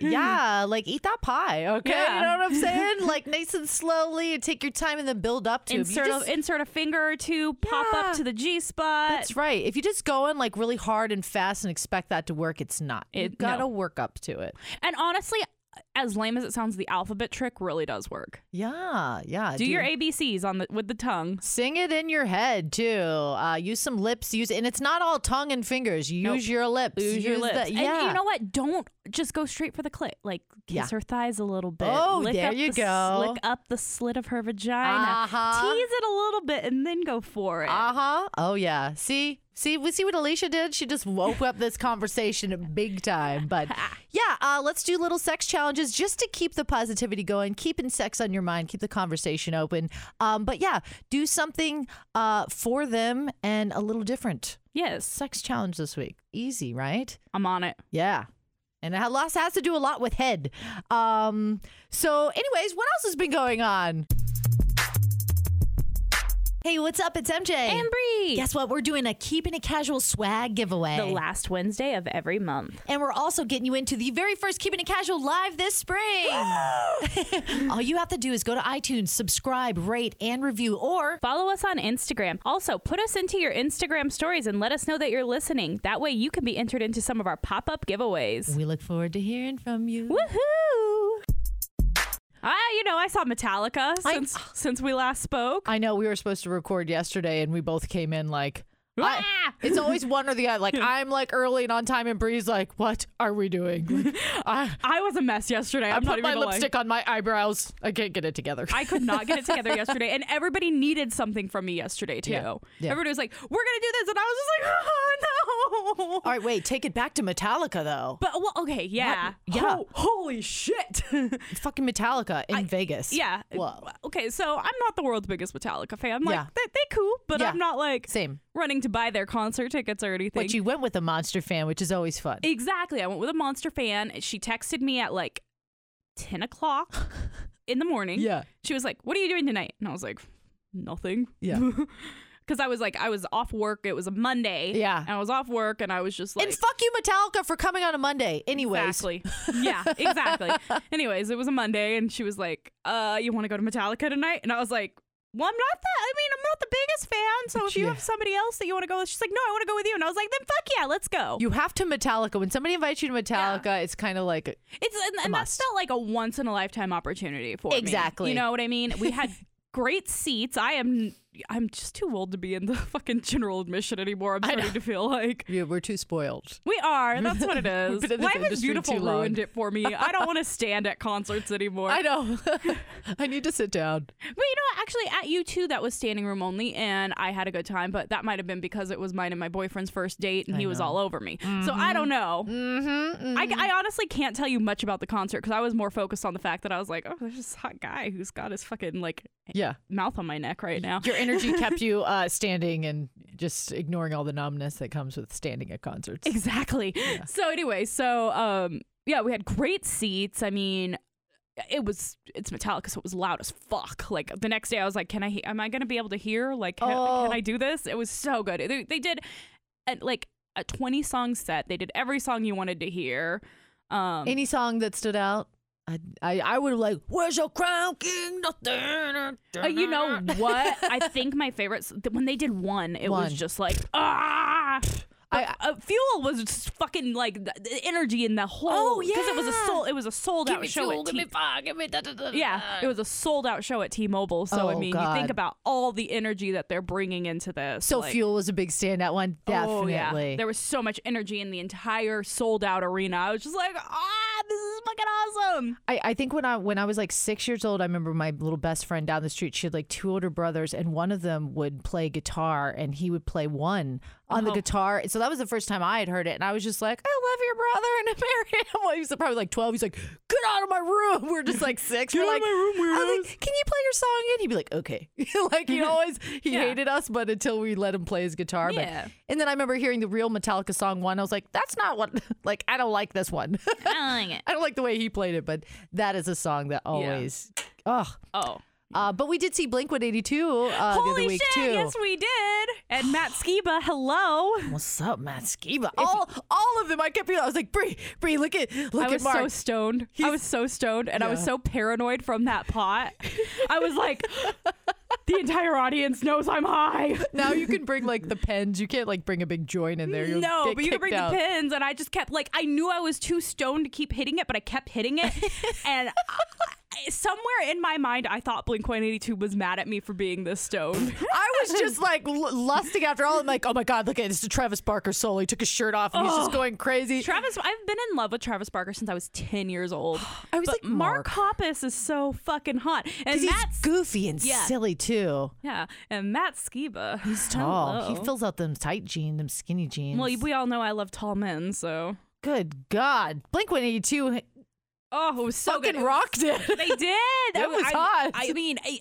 Speaker 1: Ooh.
Speaker 2: Yeah. Like eat that pie. Okay. You
Speaker 1: Yeah.
Speaker 2: know what I'm saying? like nice and slowly and take your time and then build up to it. But you
Speaker 1: Insert,
Speaker 2: just-
Speaker 1: a, insert a finger or two, pop
Speaker 2: Yeah.
Speaker 1: up to the G spot.
Speaker 2: That's right. If you just go in like really hard and fast and expect that to work, it's not. You've
Speaker 1: It-
Speaker 2: got to
Speaker 1: no.
Speaker 2: work up to it.
Speaker 1: And honestly, as lame as it sounds, the alphabet trick really does work.
Speaker 2: Yeah, yeah.
Speaker 1: Do your ABCs on the with the tongue.
Speaker 2: sing it in your head too. Uh, use some lips. Use and it's not all tongue and fingers. Use
Speaker 1: Nope.
Speaker 2: your lips.
Speaker 1: Use, your lips.
Speaker 2: the- yeah.
Speaker 1: And you know what? Don't just go straight for the clit. Like kiss
Speaker 2: Yeah.
Speaker 1: her thighs a little bit.
Speaker 2: Oh,
Speaker 1: lick
Speaker 2: there
Speaker 1: up
Speaker 2: you
Speaker 1: the, s-
Speaker 2: go.
Speaker 1: Lick up the slit of her vagina.
Speaker 2: Uh-huh.
Speaker 1: Tease it a little bit and then go for it.
Speaker 2: Uh huh. Oh yeah. See, see, we see what Alicia did. She just woke up this conversation big time. But yeah, uh, let's do little sex challenges just to keep the positivity going, keeping sex on your mind, keep the conversation open. Um, but yeah, do something uh, for them and a little different.
Speaker 1: yes,
Speaker 2: Sex challenge this week. Easy, right?
Speaker 1: I'm on it.
Speaker 2: Yeah. And it loss has to do a lot with head. Um, so, anyways, what else has been going on? Hey, what's up? It's MJ.
Speaker 1: And Bree.
Speaker 2: Guess what? We're doing a keeping it casual swag giveaway.
Speaker 1: The last Wednesday of every month.
Speaker 2: and we're also getting you into the very first Keeping It Casual live this spring. All you have to do is go to iTunes, subscribe, rate, and review, or
Speaker 1: Follow us on Instagram. Also, put us into your Instagram stories and let us know that you're listening. That way, you can be entered into some of our pop up giveaways.
Speaker 2: we look forward to hearing from you.
Speaker 1: Woohoo! I, you know, I saw Metallica
Speaker 2: I-
Speaker 1: since since we last spoke.
Speaker 2: I know we were supposed to record yesterday, and we both came in like. I-
Speaker 1: Ah!
Speaker 2: it's always one or the other. Like I'm like early and on time, and Bree's like, "What are we doing?" Like, I,
Speaker 1: I was a mess yesterday.
Speaker 2: I
Speaker 1: I'm not
Speaker 2: put
Speaker 1: even
Speaker 2: my
Speaker 1: gonna lie.
Speaker 2: lipstick on my eyebrows. I can't get it together.
Speaker 1: I could not get it together yesterday, and everybody needed something from me yesterday too.
Speaker 2: Yeah. Yeah.
Speaker 1: Everybody was like, "We're gonna do this," and I was just like, "Oh no!"
Speaker 2: All right, wait, take it back to Metallica though.
Speaker 1: But well, okay, yeah,
Speaker 2: yeah.
Speaker 1: Ho- holy shit!
Speaker 2: Fucking Metallica in Vegas.
Speaker 1: Yeah.
Speaker 2: Whoa.
Speaker 1: Okay, so I'm not the world's biggest Metallica fan. Like
Speaker 2: Yeah.
Speaker 1: they, they cool, but
Speaker 2: Yeah.
Speaker 1: I'm not like
Speaker 2: Same.
Speaker 1: running to buy their concert tickets or anything.
Speaker 2: But you went with a monster fan, which is always fun.
Speaker 1: exactly. I went with a monster fan. She texted me at like ten o'clock in the morning.
Speaker 2: Yeah.
Speaker 1: She was like, "What are you doing tonight?" And I was like, "Nothing."
Speaker 2: Yeah.
Speaker 1: because I was like, I was off work. It was a Monday.
Speaker 2: Yeah.
Speaker 1: And I was off work and I was just like,
Speaker 2: and fuck you, Metallica, for coming on a Monday. Anyways,
Speaker 1: Exactly. Yeah, exactly. Anyways, it was a Monday and she was like, uh, you want to go to Metallica tonight? And I was like, well, I'm not that. I mean, I'm not the biggest fan. So if you
Speaker 2: Yeah.
Speaker 1: have somebody else that you want to go with, she's like, no, I want to go with you. And I was like, then fuck yeah, let's go.
Speaker 2: you have to Metallica. When somebody invites you to Metallica, it's kind of like
Speaker 1: It's and, and that's
Speaker 2: must.
Speaker 1: felt like a once in a lifetime opportunity for me.
Speaker 2: Exactly.
Speaker 1: You know what I mean? We had great seats. I am I'm just too old to be in the fucking general admission anymore. I'm starting to feel like
Speaker 2: yeah, we're too spoiled.
Speaker 1: we are. That's what it is.
Speaker 2: We've been in this
Speaker 1: Life is
Speaker 2: industry
Speaker 1: beautiful
Speaker 2: too long.
Speaker 1: ruined it for me. I don't want to stand at concerts anymore.
Speaker 2: I know. I need to sit down.
Speaker 1: But you know, actually, at U two that was standing room only, and I had a good time. But that might have been because it was mine and my boyfriend's first date, and he was all over me. So I don't know.
Speaker 2: Mm-hmm.
Speaker 1: I, I honestly can't tell you much about the concert because I was more focused on the fact that I was like, oh, there's this hot guy who's got his fucking like
Speaker 2: Yeah,
Speaker 1: mouth on my neck right now.
Speaker 2: your energy kept you uh, standing and just ignoring all the numbness that comes with standing at concerts.
Speaker 1: Exactly. So anyway, so um, yeah, we had great seats. I mean, it was it's Metallica, so it was loud as fuck. Like the next day, I was like, "Can I? He- am I going to be able to hear? Like, can,
Speaker 2: Oh.
Speaker 1: can I do this?" It was so good. They, they did uh like a twenty song set. They did every song you wanted to hear. Um,
Speaker 2: Any song that stood out, I I, I would have like, "Where's your crown, King?" Nothing.
Speaker 1: uh, you know what? I think my favorites when they did one, it
Speaker 2: One.
Speaker 1: was just like ah.
Speaker 2: I-
Speaker 1: I, uh, fuel was just fucking like the, the energy in the whole. because it was a
Speaker 2: Oh, yeah.
Speaker 1: sold. It was a sold out show. at T-
Speaker 2: fire, give me da, da, da, da,
Speaker 1: Yeah, it was a sold out show at T-Mobile. So I
Speaker 2: Oh,
Speaker 1: mean, you
Speaker 2: God.
Speaker 1: think about all the energy that they're bringing into this.
Speaker 2: So
Speaker 1: like-
Speaker 2: fuel was a big standout one,
Speaker 1: Oh,
Speaker 2: definitely.
Speaker 1: yeah. There was so much energy in the entire sold out arena. I was just like, ah, this is fucking awesome.
Speaker 2: I, I think when I when I was like six years old, I remember my little best friend down the street. She had like two older brothers, and one of them would play guitar, and he would play one on the
Speaker 1: Oh.
Speaker 2: guitar. And so that was the first time I had heard it, and I was just like, "I love your brother," and I marry him. He was probably like twelve. He's like, "Get out of my room." We're just like six. We're
Speaker 1: out of
Speaker 2: like,
Speaker 1: my room,
Speaker 2: I was like, "Can you play your song?" And he'd be like, "Okay." like he always he
Speaker 1: Yeah.
Speaker 2: hated us, but until we let him play his guitar. but-
Speaker 1: Yeah.
Speaker 2: and then I remember hearing the real Metallica song one. I was like, "That's not what." like I don't like this one. I don't like the way he played it, but that is a song that always. Oh,
Speaker 1: Oh.
Speaker 2: uh, but we did see Blink 182 uh, the
Speaker 1: Holy
Speaker 2: other week
Speaker 1: shit,
Speaker 2: too.
Speaker 1: yes we did. And Matt Skiba, hello.
Speaker 2: What's up, Matt Skiba? All, all of them. I kept being. I was like, Bree, Bree, look at, look
Speaker 1: I was
Speaker 2: at Mark.
Speaker 1: so stoned. I was so stoned and I was
Speaker 2: Yeah.
Speaker 1: so paranoid from that pot. I was like, the entire audience knows I'm high.
Speaker 2: now you can bring like the pens. You can't like bring a big joint in there. You'll
Speaker 1: no,
Speaker 2: get
Speaker 1: but you can
Speaker 2: kicked
Speaker 1: bring
Speaker 2: out.
Speaker 1: the pins, and I just kept like I knew I was too stoned to keep hitting it, but I kept hitting it, and I, somewhere in my mind, I thought Blink One Eighty Two was mad at me for being this stoned.
Speaker 2: I was just like l- lusting after all. I'm like, oh my god, look at this. is Travis Barker solo. He took his shirt off and he's just going crazy.
Speaker 1: Travis, I've been in love with Travis Barker since I was ten years old.
Speaker 2: I was
Speaker 1: but
Speaker 2: like, Mark.
Speaker 1: Hoppus is so fucking hot, and
Speaker 2: 'Cause
Speaker 1: Matt,
Speaker 2: he's goofy and
Speaker 1: Yeah.
Speaker 2: silly too.
Speaker 1: yeah, and Matt Skiba, he's
Speaker 2: Tall. He fills out them tight jeans, them skinny jeans.
Speaker 1: well, we all know I love tall men, so
Speaker 2: Good God. Blink 182
Speaker 1: oh, it was so
Speaker 2: fucking
Speaker 1: good. It
Speaker 2: rocked it.
Speaker 1: They did. That
Speaker 2: was
Speaker 1: I,
Speaker 2: hot.
Speaker 1: I mean, I,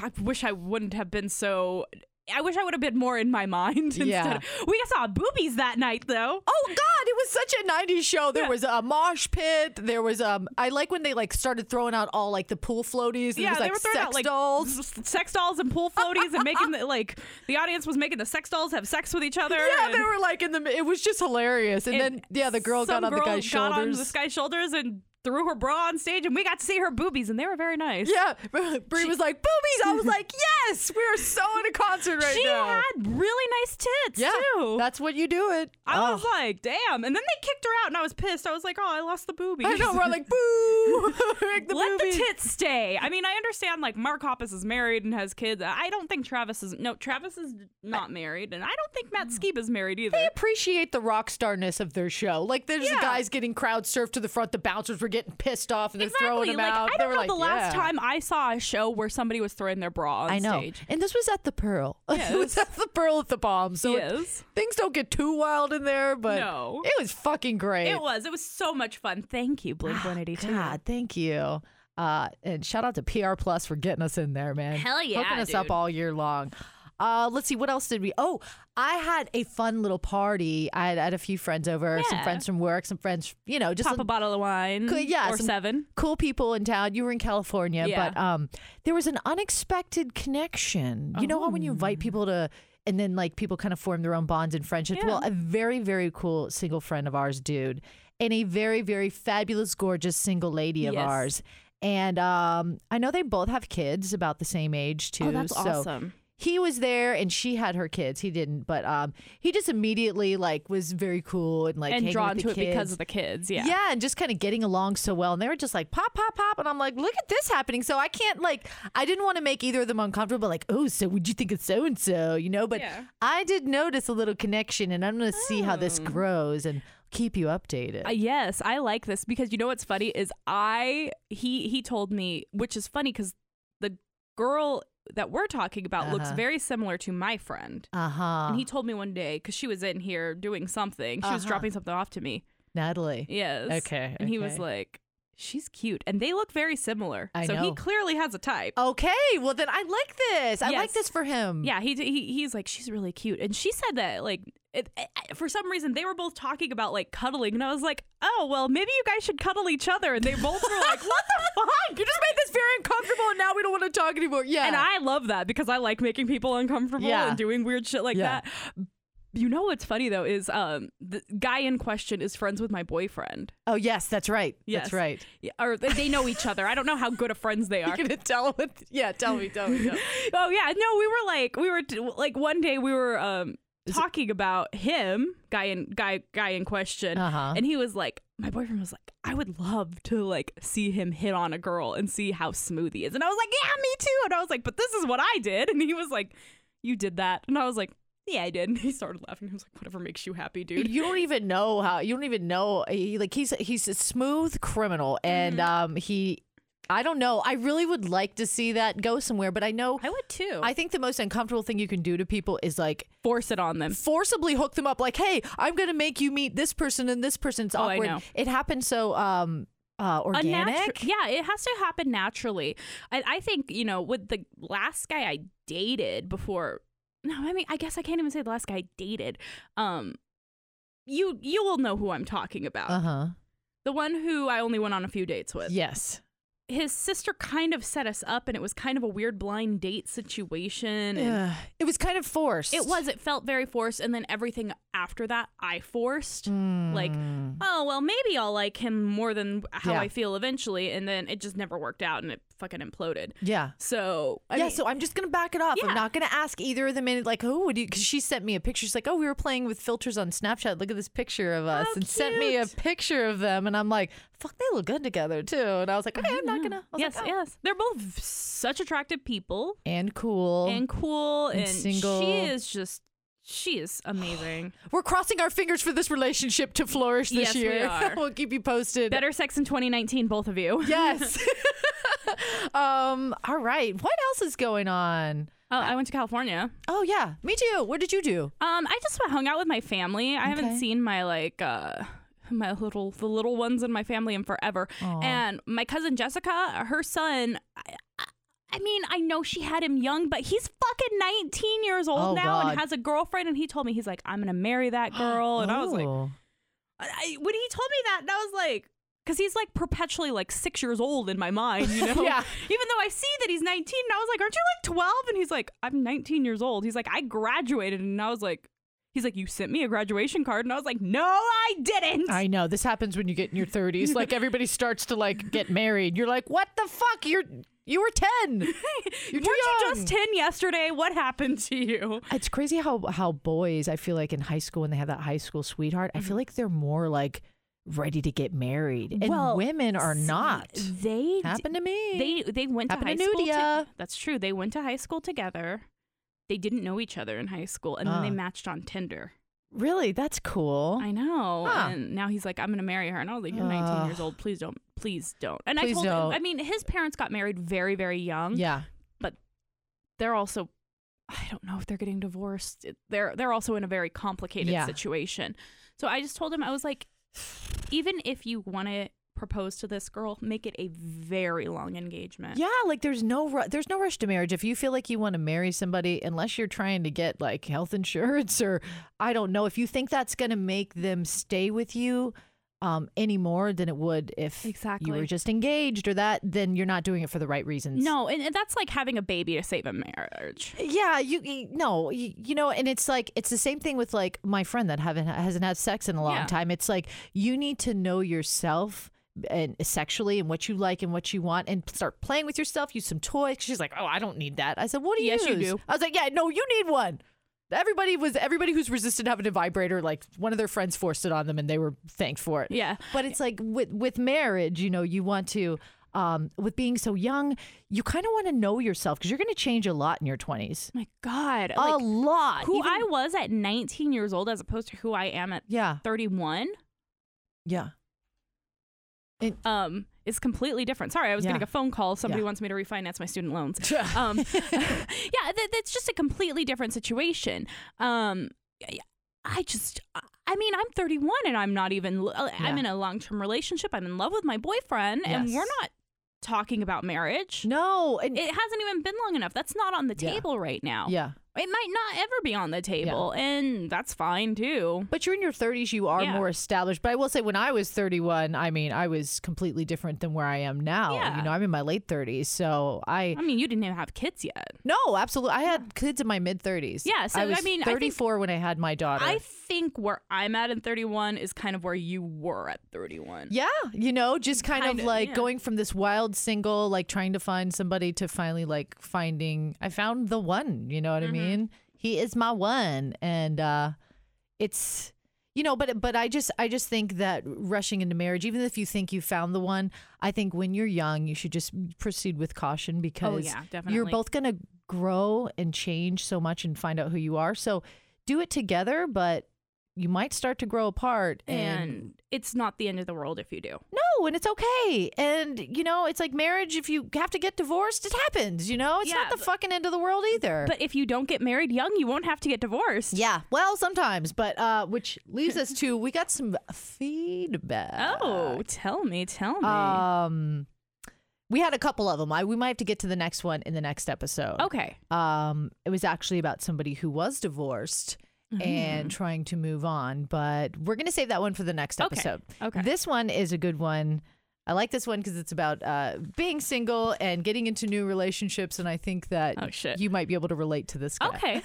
Speaker 1: I wish I wouldn't have been so. I wish I would have been more in my mind. Instead
Speaker 2: Yeah.
Speaker 1: of, we saw boobies that night though.
Speaker 2: Oh God! It was such a '90s show. There
Speaker 1: Yeah.
Speaker 2: was a mosh pit. There was um. I like when they like started throwing out all like the pool floaties. And
Speaker 1: yeah,
Speaker 2: it was,
Speaker 1: they
Speaker 2: like,
Speaker 1: were throwing
Speaker 2: sex
Speaker 1: out like
Speaker 2: dolls.
Speaker 1: s- s- sex dolls and pool floaties and making the, like the audience was making the sex dolls have sex with each other.
Speaker 2: Yeah,
Speaker 1: and-
Speaker 2: they were like in the. It was just hilarious. And,
Speaker 1: and
Speaker 2: then yeah, the girl
Speaker 1: some
Speaker 2: got on the guy's
Speaker 1: got on
Speaker 2: shoulders.
Speaker 1: this guy's shoulders and threw her bra on stage, and we got to see her boobies, and they were very nice.
Speaker 2: yeah, Brie was like boobies. I was like, yes, we are so in a concert right
Speaker 1: she
Speaker 2: now.
Speaker 1: had really nice tits
Speaker 2: yeah,
Speaker 1: too.
Speaker 2: that's what you do it.
Speaker 1: I
Speaker 2: Oh.
Speaker 1: was like, damn. And then they kicked her out, and I was pissed. I was like, oh, I lost the boobies.
Speaker 2: I know we're all like boo. Like, the
Speaker 1: Let
Speaker 2: boobies.
Speaker 1: the tits stay. I mean, I understand like Mark Hoppus is married and has kids. I don't think Travis is no Travis is not married, and I don't think Matt
Speaker 2: Mm.
Speaker 1: Skiba is married either.
Speaker 2: I appreciate the rock starness of their show. Like there's the
Speaker 1: Yeah.
Speaker 2: guys getting crowd surfed to the front. The bouncers were getting pissed off and they're throwing them
Speaker 1: like,
Speaker 2: out.
Speaker 1: I
Speaker 2: they
Speaker 1: don't
Speaker 2: were
Speaker 1: know
Speaker 2: like,
Speaker 1: the last
Speaker 2: yeah.
Speaker 1: time I saw a show where somebody was throwing their bra on
Speaker 2: I know.
Speaker 1: stage.
Speaker 2: And this was at the Pearl. it was at the Pearl at the Palm. So it-
Speaker 1: Yes.
Speaker 2: things don't get too wild in there, but
Speaker 1: No.
Speaker 2: it was fucking great.
Speaker 1: It was. It was so much fun. Thank you, Blink One Eighty Two.
Speaker 2: God, thank you. Uh, and shout out to PR Plus for getting us in there, man.
Speaker 1: Hell yeah,
Speaker 2: Hooking us up
Speaker 1: dude.
Speaker 2: all year long. Uh, let's see, what else did we? Oh, I had a fun little party. I had, I had a few friends over, some
Speaker 1: Yeah.
Speaker 2: friends from work, some friends, you know, just
Speaker 1: Pop a bottle of wine.
Speaker 2: Could- yeah,
Speaker 1: or
Speaker 2: some-
Speaker 1: seven.
Speaker 2: cool people in town. You were in California,
Speaker 1: Yeah. Oh.
Speaker 2: but um, there was an unexpected connection. You know how when you invite people to and then like people kind of form their own bonds and friendships.
Speaker 1: Yeah.
Speaker 2: Well, a very very cool single friend of ours, dude, and a very very fabulous, gorgeous single lady of
Speaker 1: Yes.
Speaker 2: ours. And um, I know they both have kids about the same age too.
Speaker 1: Oh, that's
Speaker 2: so
Speaker 1: awesome.
Speaker 2: He was there, and she had her kids. He didn't, but um, he just immediately like was very cool and like
Speaker 1: and
Speaker 2: hanging
Speaker 1: drawn
Speaker 2: with
Speaker 1: to
Speaker 2: the
Speaker 1: it because
Speaker 2: kids.
Speaker 1: of the kids. Yeah.
Speaker 2: and just kind of getting along so well. And they were just like pop, pop, pop. And I'm like, look at this happening. So I can't like I didn't want to make either of them uncomfortable, like, oh, so would you think of so and so? You know, but
Speaker 1: Yeah.
Speaker 2: I did notice a little connection and I'm gonna see how this
Speaker 1: Oh.
Speaker 2: grows and keep you updated.
Speaker 1: Uh, yes, I like this because you know what's funny is I he he told me, which is funny because the girl that we're talking about looks
Speaker 2: Uh-huh.
Speaker 1: very similar to my friend.
Speaker 2: uh-huh.
Speaker 1: And he told me one day because she was in here doing something. She was
Speaker 2: Uh-huh.
Speaker 1: dropping something off to me.
Speaker 2: Natalie.
Speaker 1: Yes.
Speaker 2: Okay.
Speaker 1: And he was
Speaker 2: okay.
Speaker 1: like, "She's cute," and they look very similar.
Speaker 2: I
Speaker 1: so he
Speaker 2: know.
Speaker 1: clearly has a type.
Speaker 2: Okay, well then I like this. I like
Speaker 1: Yes.
Speaker 2: this for him.
Speaker 1: Yeah, he, he he's like she's really cute, and she said that like it, it- for some reason they were both talking about like cuddling, and I was like, oh well, maybe you guys should cuddle each other, and they both were like, what the fuck?
Speaker 2: You just made this very uncomfortable and now we don't want to talk anymore. Yeah.
Speaker 1: And I love that because I like making people uncomfortable
Speaker 2: Yeah.
Speaker 1: and doing weird shit like
Speaker 2: Yeah.
Speaker 1: that. You know what's funny though is um the guy in question is friends with my boyfriend,
Speaker 2: Oh yes, that's right.
Speaker 1: Yes.
Speaker 2: That's right.
Speaker 1: Yeah, or they, they know each other. I don't know how good of friends they are.
Speaker 2: gonna tell him? Yeah, tell me, tell me, tell me.
Speaker 1: Oh yeah, no, we were like we were t- like one day we were um talking about him, guy in guy guy in question,
Speaker 2: Uh-huh.
Speaker 1: and he was like, my boyfriend was like, I would love to like see him hit on a girl and see how smooth he is, and I was like, yeah, me too, and I was like, but this is what I did, and he was like, you did that, and I was like. Yeah, I did. And he started laughing. He was like, "Whatever makes you happy, dude."
Speaker 2: You don't even know how. You don't even know. He, like he's he's a smooth criminal, and
Speaker 1: Mm-hmm.
Speaker 2: um he, I don't know. I really would like to see that go somewhere, but I know.
Speaker 1: I would too.
Speaker 2: I think the most uncomfortable thing you can do to people is like
Speaker 1: force it on them.
Speaker 2: forcibly hook them up. Like, hey, I'm gonna make you meet this person and this person. It's
Speaker 1: Oh, I
Speaker 2: awkward.
Speaker 1: know.
Speaker 2: It happened so um uh,
Speaker 1: A natu-
Speaker 2: organic.
Speaker 1: yeah, it has to happen naturally. I, I think, you know, with the last guy I dated before no, I mean I guess I can't even say the last guy I dated. Um you you will know who I'm talking about.
Speaker 2: Uh huh.
Speaker 1: the one who I only went on a few dates with.
Speaker 2: Yes.
Speaker 1: His sister kind of set us up and it was kind of a weird blind date situation. and
Speaker 2: Yeah. It was kind of forced.
Speaker 1: It was, it felt very forced, and then everything after that I forced. Like, oh well maybe i'll like him more than how
Speaker 2: Hmm. Yeah.
Speaker 1: i feel eventually and then it just never worked out and it fucking imploded
Speaker 2: Yeah.
Speaker 1: so I
Speaker 2: yeah,
Speaker 1: mean,
Speaker 2: so I'm just gonna back it off.
Speaker 1: Yeah.
Speaker 2: I'm not gonna ask either of them in like, oh, would you? Because she sent me a picture. She's like, oh, we were playing with filters on Snapchat. Look at this picture of us, and sent me a
Speaker 1: cute.
Speaker 2: picture of them, and I'm like, fuck, they look good together too. And I was like, okay, I'm not gonna. I
Speaker 1: mm-hmm.
Speaker 2: was
Speaker 1: yes
Speaker 2: like, oh.
Speaker 1: yes they're both such attractive people
Speaker 2: And cool.
Speaker 1: and cool and,
Speaker 2: Oh. single.
Speaker 1: she is just she is amazing
Speaker 2: we're crossing our fingers for this relationship to flourish
Speaker 1: Yes,
Speaker 2: this
Speaker 1: we
Speaker 2: year.
Speaker 1: are.
Speaker 2: will keep you posted.
Speaker 1: better sex in 2019 both of you
Speaker 2: Yes. um. All right. What else is going on?
Speaker 1: oh, i went to california
Speaker 2: Oh yeah, me too. What did you do?
Speaker 1: um i just hung out with my family i haven't
Speaker 2: Okay.
Speaker 1: seen my like uh my little the little ones in my family in forever
Speaker 2: Aw.
Speaker 1: and my cousin Jessica, her son. I, I- I mean, I know she had him young, but he's fucking 19 years old
Speaker 2: Oh,
Speaker 1: now
Speaker 2: God.
Speaker 1: and has a girlfriend. And he told me he's like, I'm gonna marry that girl. And I was like,
Speaker 2: Oh.
Speaker 1: I, I- when he told me that, and I was like, because he's like perpetually like six years old in my mind, you know?
Speaker 2: Yeah.
Speaker 1: Even though I see that he's 19, and I was like, aren't you like 12? And he's like, I'm 19 years old. He's like, I graduated. And I was like, he's like, you sent me a graduation card. And I was like, no, I didn't.
Speaker 2: I know this happens when you get in your 30s. Like everybody starts to like get married. You're like, what the fuck? You're you were 10. You're
Speaker 1: Weren't you just 10 yesterday? What happened to you?
Speaker 2: it's crazy how how boys I feel like in high school when they have that high school sweetheart. I feel
Speaker 1: Mm-hmm.
Speaker 2: like they're more like ready to get married, and
Speaker 1: Well,
Speaker 2: women are
Speaker 1: See,
Speaker 2: not.
Speaker 1: They d-
Speaker 2: Happened to me.
Speaker 1: they they went to high
Speaker 2: Happened to
Speaker 1: school. to-
Speaker 2: Nudia.
Speaker 1: that's true. They went to high school together. They didn't know each other in high school, and then they
Speaker 2: Uh.
Speaker 1: matched on Tinder.
Speaker 2: really, that's cool.
Speaker 1: I know.
Speaker 2: Huh.
Speaker 1: And now he's like, I'm gonna marry her, and I was like, You're 19 years
Speaker 2: Ugh.
Speaker 1: old. Please don't. Please don't. And I
Speaker 2: Please
Speaker 1: told him.
Speaker 2: don't.
Speaker 1: I mean, his parents got married very very young.
Speaker 2: yeah,
Speaker 1: They're also. I don't know if they're getting divorced. It- They're they're also in a very complicated
Speaker 2: Yeah.
Speaker 1: situation. So I just told him I was like, even if you want to propose to this girl, make it a very long engagement.
Speaker 2: yeah. Like there's no ru- there's no rush to marriage. If you feel like you want to marry somebody, unless you're trying to get like health insurance or I don't know, if you think that's going to make them stay with you, um, any more than it would if you were
Speaker 1: Exactly.
Speaker 2: just engaged or that, then you're not doing it for the right reasons.
Speaker 1: No, and, and that's like having a baby to save a marriage.
Speaker 2: Yeah, you, you no, you, you know, and it's like it's the same thing with like my friend that haven't hasn't had sex in a long
Speaker 1: Yeah.
Speaker 2: time. It's like you need to know yourself and sexually and what you like and what you want and start playing with yourself. Use some toys. She's like, oh, I don't need that. I said, what do you
Speaker 1: Yes, you
Speaker 2: use?
Speaker 1: do.
Speaker 2: I was like, yeah, no, you need one. Everybody was everybody who's resisted having a vibrator. Like one of their friends forced it on them and they were thanked for it.
Speaker 1: Yeah.
Speaker 2: But it's like with with marriage, you know, you want to um, with being so young, you kind of want to know yourself because you're going to change a lot in your 20s.
Speaker 1: My God.
Speaker 2: a
Speaker 1: Like
Speaker 2: lot.
Speaker 1: who
Speaker 2: Even-
Speaker 1: I was at 19 years old as opposed to who I am at
Speaker 2: Yeah.
Speaker 1: 31
Speaker 2: Yeah.
Speaker 1: um, is completely different. Sorry, I was
Speaker 2: Yeah.
Speaker 1: getting a phone call. Somebody
Speaker 2: Yeah.
Speaker 1: wants me to refinance my student loans. um, yeah, that, that's just a completely different situation. Um, I- I just, I mean, I'm 31 and I'm not even, uh,
Speaker 2: Yeah.
Speaker 1: I'm in a long term relationship. I'm in love with my boyfriend and
Speaker 2: Yes.
Speaker 1: we're not talking about marriage.
Speaker 2: No. And
Speaker 1: It hasn't even been long enough. That's not on the
Speaker 2: Yeah.
Speaker 1: table right now.
Speaker 2: yeah.
Speaker 1: It might not ever be on the table, and that's fine too.
Speaker 2: But you're in your 30s, you are
Speaker 1: Yeah.
Speaker 2: more established. But I will say, when I was 31, I mean, I was completely different than where I am now.
Speaker 1: Yeah. Mm.
Speaker 2: You know, I'm in my late 30s. So I,
Speaker 1: I mean, you didn't even have kids yet.
Speaker 2: no, absolutely. I had kids in my mid 30s.
Speaker 1: Yeah, so,
Speaker 2: I
Speaker 1: I
Speaker 2: was
Speaker 1: mean, I think-
Speaker 2: 34 when I had my daughter.
Speaker 1: I think where I'm at in 31 is kind of where you were at 31.
Speaker 2: yeah, you know, just kind,
Speaker 1: Kind
Speaker 2: of
Speaker 1: of,
Speaker 2: like
Speaker 1: yeah.
Speaker 2: going from this wild single, like trying to find somebody to finally like finding, I found the one, you know
Speaker 1: Mm-hmm.
Speaker 2: what I mean? He is my one. And, uh, it's you know but but i just i just think that rushing into marriage even if you think you found the one i think when you're young you should just proceed with caution because
Speaker 1: Oh, yeah,
Speaker 2: you're
Speaker 1: definitely.
Speaker 2: both going to grow and change so much and find out who you are so do it together but you might start to grow apart and,
Speaker 1: And it's not the end of the world if you do.
Speaker 2: no "Oh, and it's okay and you know it's like marriage if you have to get divorced it happens you know it's not
Speaker 1: Yeah,
Speaker 2: the
Speaker 1: but-
Speaker 2: fucking end of the world either
Speaker 1: But if you don't get married young, you won't have to get divorced.
Speaker 2: Yeah, well, sometimes, but uh, which leads us to we got some feedback.
Speaker 1: Oh, tell me, tell me.
Speaker 2: um, we had a couple of them. I we might have to get to the next one in the next episode.
Speaker 1: okay.
Speaker 2: Um, it was actually about somebody who was divorced
Speaker 1: Mm-hmm. Mm.
Speaker 2: and trying to move on, but we're gonna save that one for the next
Speaker 1: Okay,
Speaker 2: episode.
Speaker 1: okay.
Speaker 2: This one is a good one. I like this one because it's about uh, being single and getting into new relationships, and I think that
Speaker 1: Oh, shit.
Speaker 2: you might be able to relate to this guy.
Speaker 1: Okay.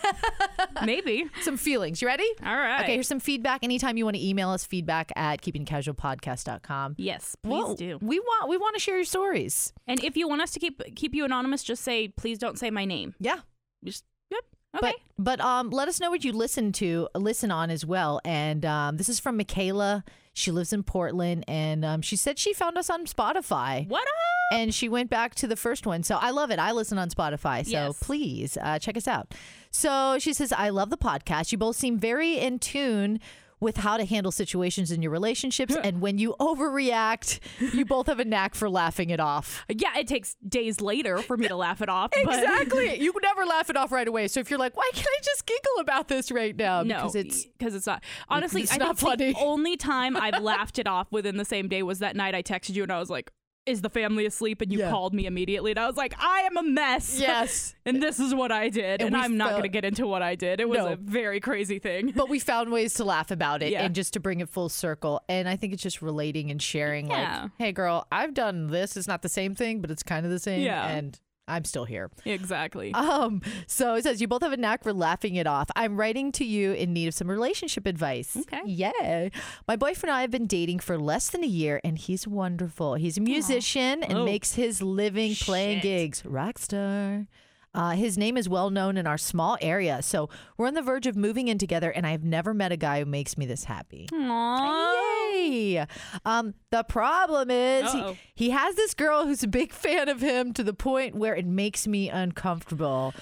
Speaker 1: Maybe.
Speaker 2: Some feelings. You ready?
Speaker 1: All right.
Speaker 2: Okay, here's some feedback. Anytime you want to email us, feedback at keepingcasualpodcast.com.
Speaker 1: Yes, please
Speaker 2: Whoa,
Speaker 1: do.
Speaker 2: We want we want to share your stories.
Speaker 1: And if you want us to keep keep you anonymous, just say please don't say my name.
Speaker 2: Yeah.
Speaker 1: Just yep. Okay.
Speaker 2: But but um let us know what you listen to listen on as well. And um this is from Michaela. She lives in Portland and um she said she found us on Spotify.
Speaker 1: what up?
Speaker 2: And she went back to the first one. So I love it. I listen on Spotify. So
Speaker 1: Yes.
Speaker 2: please uh, check us out. So she says, I love the podcast. You both seem very in tune with how to handle situations in your relationships. and when you overreact, you both have a knack for laughing it off.
Speaker 1: Yeah, it takes days later for me to laugh it off. But
Speaker 2: Exactly. you never laugh it off right away. So if you're like, why can't I just giggle about this right now?
Speaker 1: no,
Speaker 2: Uh, Because it's.
Speaker 1: because it's not. Honestly,
Speaker 2: it's
Speaker 1: I
Speaker 2: not
Speaker 1: think
Speaker 2: funny.
Speaker 1: the only time I've laughed it off within the same day was that night I texted you and I was like, "Is the family asleep?" And you
Speaker 2: Yeah.
Speaker 1: called me immediately, and I was like, "I am a mess."
Speaker 2: Yes.
Speaker 1: and this is what I did,
Speaker 2: And
Speaker 1: and,
Speaker 2: we
Speaker 1: I'm not
Speaker 2: felt-
Speaker 1: going to get into what I did. It was
Speaker 2: No.
Speaker 1: a very crazy thing.
Speaker 2: But we found ways to laugh about it
Speaker 1: Yeah.
Speaker 2: and just to bring it full circle. And I think it's just relating and sharing,
Speaker 1: Yeah.
Speaker 2: like, hey, girl, I've done this. It's not the same thing, but it's kind of the same.
Speaker 1: Yeah.
Speaker 2: And I'm still here.
Speaker 1: exactly.
Speaker 2: Um, so it says, you both have a knack for laughing it off. I'm writing to you in need of some relationship advice.
Speaker 1: Okay.
Speaker 2: Yay. My boyfriend and I have been dating for less than a year, and he's wonderful. He's a musician and
Speaker 1: Oh.
Speaker 2: makes his living playing
Speaker 1: Shit.
Speaker 2: gigs. Rock star. Uh, his name is well known in our small area. So we're on the verge of moving in together, and I've never met a guy who makes me this happy.
Speaker 1: Aww.
Speaker 2: Yay! Um, the problem is he,
Speaker 1: Uh-oh.
Speaker 2: he has this girl who's a big fan of him to the point where it makes me uncomfortable.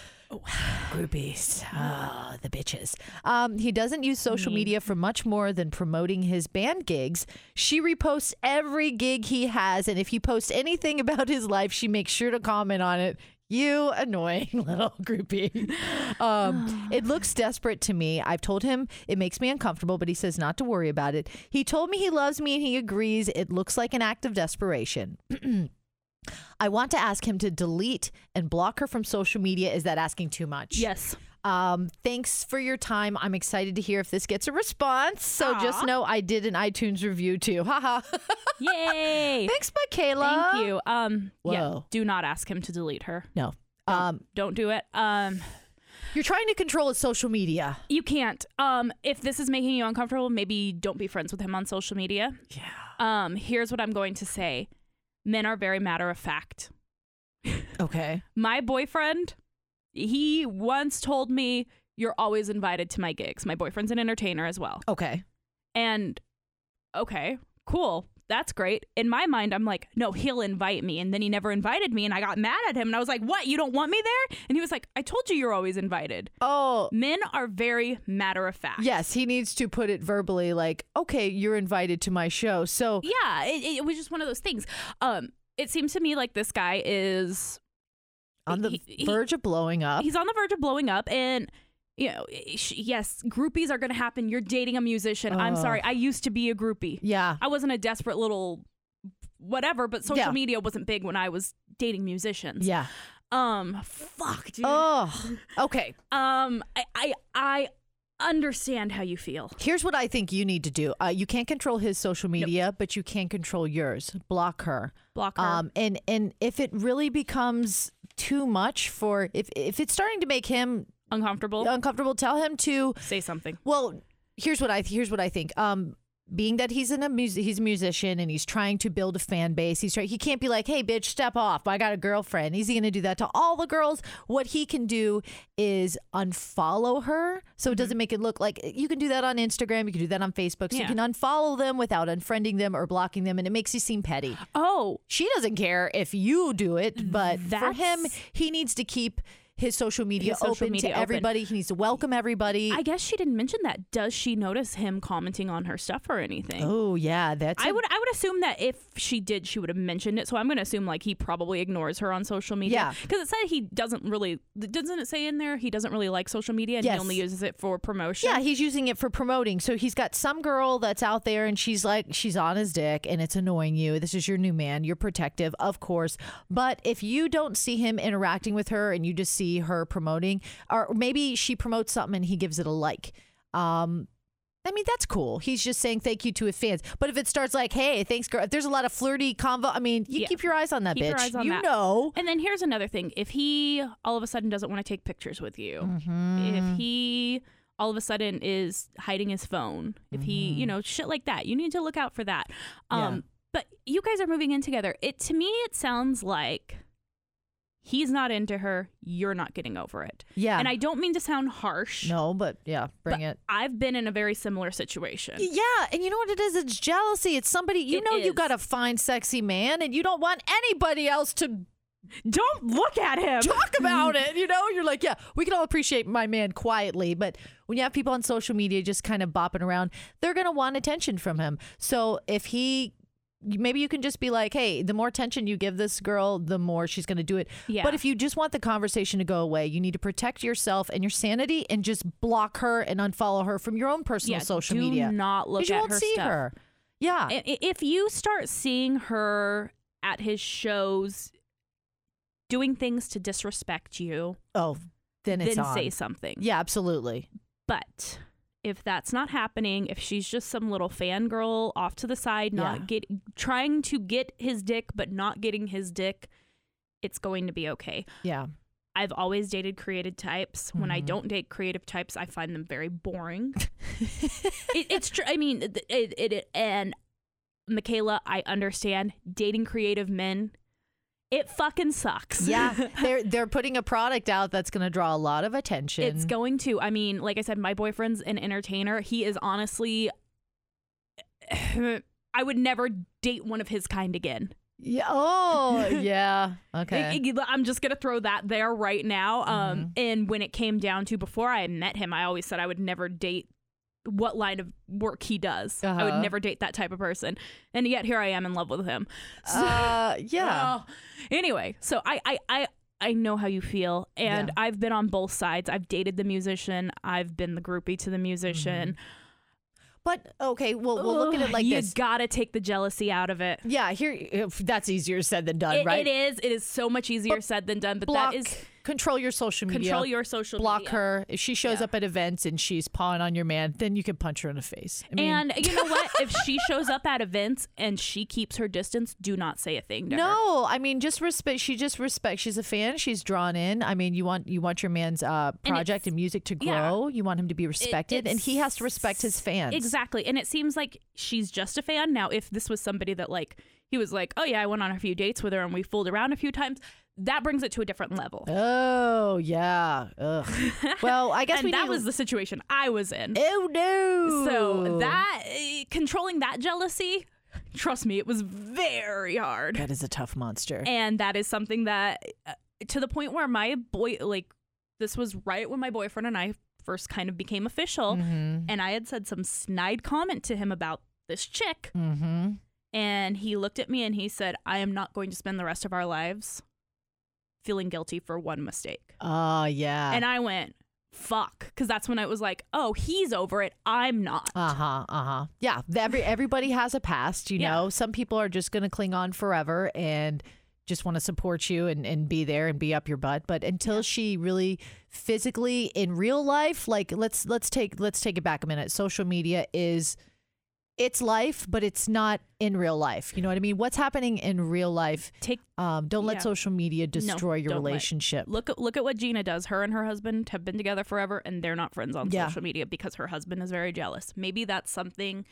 Speaker 2: Groupies, oh, the bitches. Um, he doesn't use social media for much more than promoting his band gigs. She reposts every gig he has, and if he posts anything about his life, she makes sure to comment on it. You annoying little groupie. Um, it looks desperate to me. I've told him it makes me uncomfortable, but he says not to worry about it. He told me he loves me and he agrees. It looks like an act of desperation. I want to ask him to delete and block her from social media. Is that asking too much?
Speaker 1: Yes.
Speaker 2: Um, thanks for your time. I'm excited to hear if this gets a response. So just
Speaker 1: Aw.
Speaker 2: know I did an iTunes review too. Haha.
Speaker 1: Yay!
Speaker 2: thanks, Michaela.
Speaker 1: Thank you. Um, yeah.
Speaker 2: Whoa.
Speaker 1: Do not ask him to delete her.
Speaker 2: No.
Speaker 1: Oh.
Speaker 2: Um,
Speaker 1: Don't do it. Um,
Speaker 2: you're trying to control his social media.
Speaker 1: you can't. Um, if this is making you uncomfortable, maybe don't be friends with him on social media.
Speaker 2: Yeah.
Speaker 1: Um, here's what I'm going to say: men are very matter of fact.
Speaker 2: Okay.
Speaker 1: my boyfriend, he once told me, You're always invited to my gigs. My boyfriend's an entertainer as well.
Speaker 2: Okay.
Speaker 1: And okay, cool. That's great. In my mind, I'm like, No, he'll invite me. And then he never invited me. And I got mad at him. And I was like, What? You don't want me there? And he was like, I told you you're always invited.
Speaker 2: Oh.
Speaker 1: Men are very matter of fact.
Speaker 2: Yes, he needs to put it verbally like, okay, you're invited to my show. So
Speaker 1: Yeah. It, it- it was just one of those things. Um, it seems to me like this guy is
Speaker 2: on the
Speaker 1: He- he-
Speaker 2: verge of blowing up.
Speaker 1: he's on the verge of blowing up and you know eh, sh- yes groupies are going to happen you're dating a musician i'm
Speaker 2: Ugh.
Speaker 1: sorry i used to be a groupie
Speaker 2: Yeah.
Speaker 1: i wasn't a desperate little whatever but social
Speaker 2: Yeah.
Speaker 1: media wasn't big when i was dating musicians
Speaker 2: Yeah.
Speaker 1: um fuck dude
Speaker 2: Oh. Okay.
Speaker 1: um I, I i understand how you feel
Speaker 2: Here's what I think you need to do. Uh, you can't control his social media, but you can control yours. Block her.
Speaker 1: block her
Speaker 2: Um, and and if it really becomes too much for if if it's starting to make him
Speaker 1: uncomfortable
Speaker 2: uncomfortable, tell him to
Speaker 1: say something
Speaker 2: Well, here's what I here's what I think. Um, being that he's in a mus- he's a musician and he's trying to build a fan base, he's trying, he can't be like, "Hey, bitch, step off! I got a girlfriend." Is he going to do that to all the girls? What he can do is unfollow her, so
Speaker 1: Mm-hmm.
Speaker 2: it doesn't make it look like you can do that on Instagram, you can do that on Facebook, so
Speaker 1: Yeah.
Speaker 2: you can unfollow them without unfriending them or blocking them, and it makes you seem petty.
Speaker 1: oh
Speaker 2: She doesn't care if you do it, but for him,
Speaker 1: That's-
Speaker 2: he needs to keep. His social media
Speaker 1: His social
Speaker 2: open
Speaker 1: media
Speaker 2: to
Speaker 1: open.
Speaker 2: everybody. He needs to welcome everybody.
Speaker 1: Oh, i guess she didn't mention that does she notice him commenting on her stuff or anything
Speaker 2: Oh yeah, that's
Speaker 1: I
Speaker 2: a-
Speaker 1: would I would assume that if she did, she would have mentioned it. So I'm going to assume like he probably ignores her on social media.
Speaker 2: Yeah.
Speaker 1: because it said he doesn't really doesn't it say in there he doesn't really like social media and
Speaker 2: Yes.
Speaker 1: he only uses it for promotion.
Speaker 2: yeah, he's using it for promoting. So he's got some girl that's out there and she's like she's on his dick and it's annoying you. This is your new man. You're protective, of course. But if you don't see him interacting with her and you just see her promoting or maybe she promotes something and he gives it a like. Um I mean that's cool. He's just saying thank you to his fans. But if it starts like, "Hey, thanks, girl," if there's a lot of flirty convo. I mean, you
Speaker 1: Yeah.
Speaker 2: keep your eyes on that
Speaker 1: Keep
Speaker 2: bitch.
Speaker 1: your eyes on
Speaker 2: you
Speaker 1: that.
Speaker 2: know,
Speaker 1: And then here's another thing: if he all of a sudden doesn't want to take pictures with you,
Speaker 2: Mm-hmm.
Speaker 1: if he all of a sudden is hiding his phone, if he you know shit like that, you need to look out for that. Um,
Speaker 2: Mm-hmm. Yeah.
Speaker 1: but you guys are moving in together. It to me it sounds like. He's not into her. You're not getting over it.
Speaker 2: yeah.
Speaker 1: And I don't mean to sound harsh.
Speaker 2: no, but yeah, bring it.
Speaker 1: I've been in a very similar situation.
Speaker 2: Yeah, and you know what it is? It's jealousy. It's somebody you
Speaker 1: It
Speaker 2: know you
Speaker 1: is.
Speaker 2: got a fine, sexy man, and you don't want anybody else to
Speaker 1: Don't look at him.
Speaker 2: talk about it. You know, you're like, yeah, we can all appreciate my man quietly, but when you have people on social media just kind of bopping around, they're gonna want attention from him. So if he. Maybe you can just be like, hey, the more attention you give this girl, the more she's going to do it.
Speaker 1: Yeah.
Speaker 2: But if you just want the conversation to go away, you need to protect yourself and your sanity and just block her and unfollow her from your own personal
Speaker 1: Yeah,
Speaker 2: social
Speaker 1: do
Speaker 2: media.
Speaker 1: not look
Speaker 2: 'Cause you
Speaker 1: at
Speaker 2: won't
Speaker 1: her
Speaker 2: see
Speaker 1: stuff.
Speaker 2: her. Yeah.
Speaker 1: I- i- If you start seeing her at his shows doing things to disrespect you,
Speaker 2: Oh, then it's
Speaker 1: then
Speaker 2: on.
Speaker 1: say something.
Speaker 2: Yeah, absolutely.
Speaker 1: But if that's not happening, if she's just some little fangirl off to the side, not
Speaker 2: Yeah.
Speaker 1: get trying to get his dick but not getting his dick, it's going to be okay.
Speaker 2: Yeah.
Speaker 1: I've always dated creative types. When I don't date creative types, I find them very boring. it, it's true. I mean, it, it, it and Michaela, I understand dating creative men. It fucking sucks.
Speaker 2: Yeah. they're they're putting a product out that's going to draw a lot of attention.
Speaker 1: it's going to. I mean, like I said, my boyfriend's an entertainer. He is honestly, I would never date one of his kind again.
Speaker 2: yeah. Oh, yeah. Okay. Mm-hmm.
Speaker 1: I- I- I'm just gonna throw that there right now. Um, and when it came down to before I met him, I always said I would never date what line of work he does. I
Speaker 2: Uh-huh.
Speaker 1: would never date that type of person. And yet here I am in love with him. So,
Speaker 2: uh, yeah.
Speaker 1: Oh. anyway, so I I I I know how you feel, and
Speaker 2: Yeah.
Speaker 1: I've been on both sides. I've dated the musician. I've been the groupie to the musician.
Speaker 2: But okay, well, Mm-hmm. we'll look at
Speaker 1: Ugh,
Speaker 2: it like
Speaker 1: you
Speaker 2: this.
Speaker 1: gotta take the jealousy out of it.
Speaker 2: yeah, here if that's easier said than done,
Speaker 1: It-
Speaker 2: right?
Speaker 1: It is. It is so much easier said than done. But
Speaker 2: Block
Speaker 1: that is
Speaker 2: control your social media.
Speaker 1: Control your social
Speaker 2: block
Speaker 1: media.
Speaker 2: her. If she shows
Speaker 1: Yeah.
Speaker 2: up at events and she's pawing on your man, then you can punch her in the face. I mean,
Speaker 1: And you know what? if she shows up at events and she keeps her distance, do not say a thing to her.
Speaker 2: no, I mean just respect. She just respects. She's a fan. She's drawn in. I mean, you want you want your man's uh, project and, music to
Speaker 1: yeah.
Speaker 2: grow. You want him to be respected, and he has to respect his fans.
Speaker 1: Exactly. And it seems like she's just a fan. Now, if this was somebody that, like, he was like, oh, yeah, I went on a few dates with her and we fooled around a few times, that brings it to a different level.
Speaker 2: Oh yeah. Ugh. well, I guess we
Speaker 1: And that
Speaker 2: need-
Speaker 1: was the situation I was in.
Speaker 2: Oh no.
Speaker 1: So, that eh, controlling that jealousy, trust me, it was very hard.
Speaker 2: that is a tough monster.
Speaker 1: And that is something that, uh, to the point where my boy, like, this was right when my boyfriend and I first kind of became official.
Speaker 2: Mm-hmm.
Speaker 1: And I had said some snide comment to him about this chick.
Speaker 2: mm-hmm.
Speaker 1: And he looked at me and he said, I am not going to spend the rest of our lives feeling guilty for one mistake.
Speaker 2: Oh yeah.
Speaker 1: And I went, fuck. Because that's when I was like, oh, he's over it. I'm not.
Speaker 2: Uh huh. Uh huh. Yeah. th- Every everybody has a past. You
Speaker 1: Yeah.
Speaker 2: know, some people are just going to cling on forever and just want to support you and and be there and be up your butt. But until she really physically in real life, like let's let's take let's take it back a minute. Social media is it's life, but it's not in real life. You know what I mean? What's happening in real life?
Speaker 1: Take
Speaker 2: Um, don't let
Speaker 1: Yeah.
Speaker 2: social media destroy your
Speaker 1: don't let-
Speaker 2: relationship.
Speaker 1: look at look at what Gina does. Her and her husband have been together forever and they're not friends on
Speaker 2: Yeah.
Speaker 1: social media because her husband is very jealous. Maybe that's something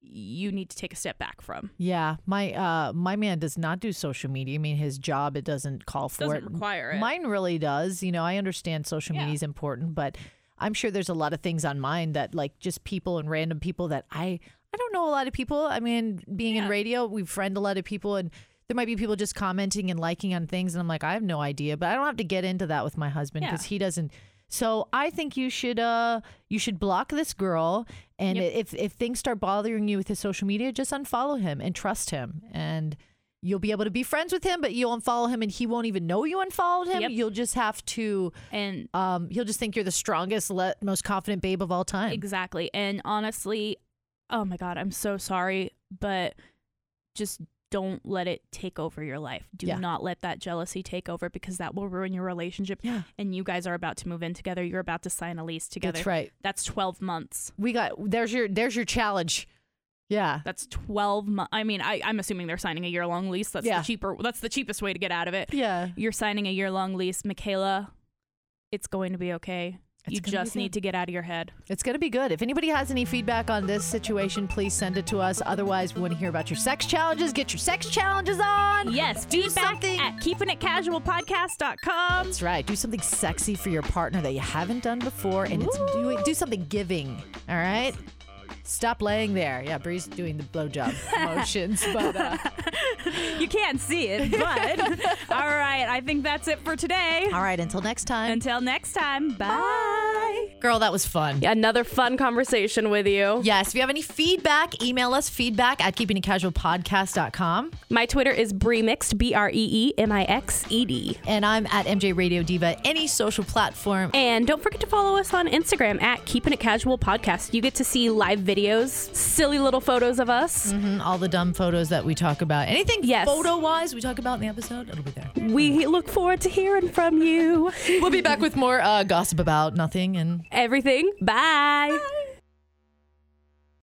Speaker 1: you need to take a step back from.
Speaker 2: Yeah, my uh my man does not do social media. I mean, his job it doesn't call for
Speaker 1: Doesn't
Speaker 2: it.
Speaker 1: require it.
Speaker 2: Mine really does. You know, I understand social
Speaker 1: Yeah.
Speaker 2: media is important, but I'm sure there's a lot of things on mine that like just people and random people that I I don't know a lot of people. I mean, being in
Speaker 1: Yeah.
Speaker 2: radio, we friend a lot of people and there might be people just commenting and liking on things and I'm like, I have no idea, but I don't have to get into that with my husband
Speaker 1: Yeah.
Speaker 2: cuz he doesn't so I think you should uh you should block this girl and
Speaker 1: Yep.
Speaker 2: if if things start bothering you with his social media, just unfollow him and trust him and you'll be able to be friends with him, but you'll unfollow him and he won't even know you unfollowed him.
Speaker 1: Yep.
Speaker 2: You'll just have to
Speaker 1: And
Speaker 2: um he'll just think you're the strongest, le- most confident babe of all time.
Speaker 1: Exactly. And honestly, oh my God, I'm so sorry, but just don't let it take over your life. Do
Speaker 2: Yeah.
Speaker 1: not let that jealousy take over because that will ruin your relationship.
Speaker 2: Yeah.
Speaker 1: And you guys are about to move in together. You're about to sign a lease together.
Speaker 2: That's right.
Speaker 1: That's 12 months.
Speaker 2: We got there's your there's your challenge. Yeah.
Speaker 1: That's 12 months. I mean, I, I'm assuming they're signing a year long lease. That's
Speaker 2: Yeah.
Speaker 1: the cheaper. That's the cheapest way to get out of it.
Speaker 2: Yeah.
Speaker 1: You're signing a year long lease. Michaela, it's going to be okay.
Speaker 2: It's
Speaker 1: you
Speaker 2: gonna be
Speaker 1: just need
Speaker 2: good.
Speaker 1: to get out of your head.
Speaker 2: It's going to be good. If anybody has any feedback on this situation, please send it to us. Otherwise, we want to hear about your sex challenges. Get your sex challenges on.
Speaker 1: Yes,
Speaker 2: Do
Speaker 1: feedback
Speaker 2: something.
Speaker 1: at keepingitcasualpodcast.com.
Speaker 2: That's right. Do something sexy for your partner that you haven't done before, and it's do, it- do something giving. All right. Stop laying there. Yeah, Bree's doing the blowjob motions, but uh,
Speaker 1: You can't see it, but all right, I think that's it for today.
Speaker 2: all right. Until next time,
Speaker 1: Until next time, bye.
Speaker 2: girl, that was fun.
Speaker 1: Another fun conversation with you.
Speaker 2: Yes. If you have any feedback, email us feedback at keepingitcasualpodcast.com.
Speaker 1: My Twitter is Bremixed, B R E E M I X E D.
Speaker 2: And I'm at MJ Radio Diva, any social platform.
Speaker 1: And don't forget to follow us on Instagram at Keeping It Casual Podcast. You get to see live videos, silly little photos of us.
Speaker 2: and all the dumb photos that we talk about. Anything
Speaker 1: Yes.
Speaker 2: photo wise we talk about in the episode, it'll be there.
Speaker 1: We look forward to hearing from you.
Speaker 2: We'll be back with more uh, gossip about nothing and.
Speaker 1: Everything. Bye.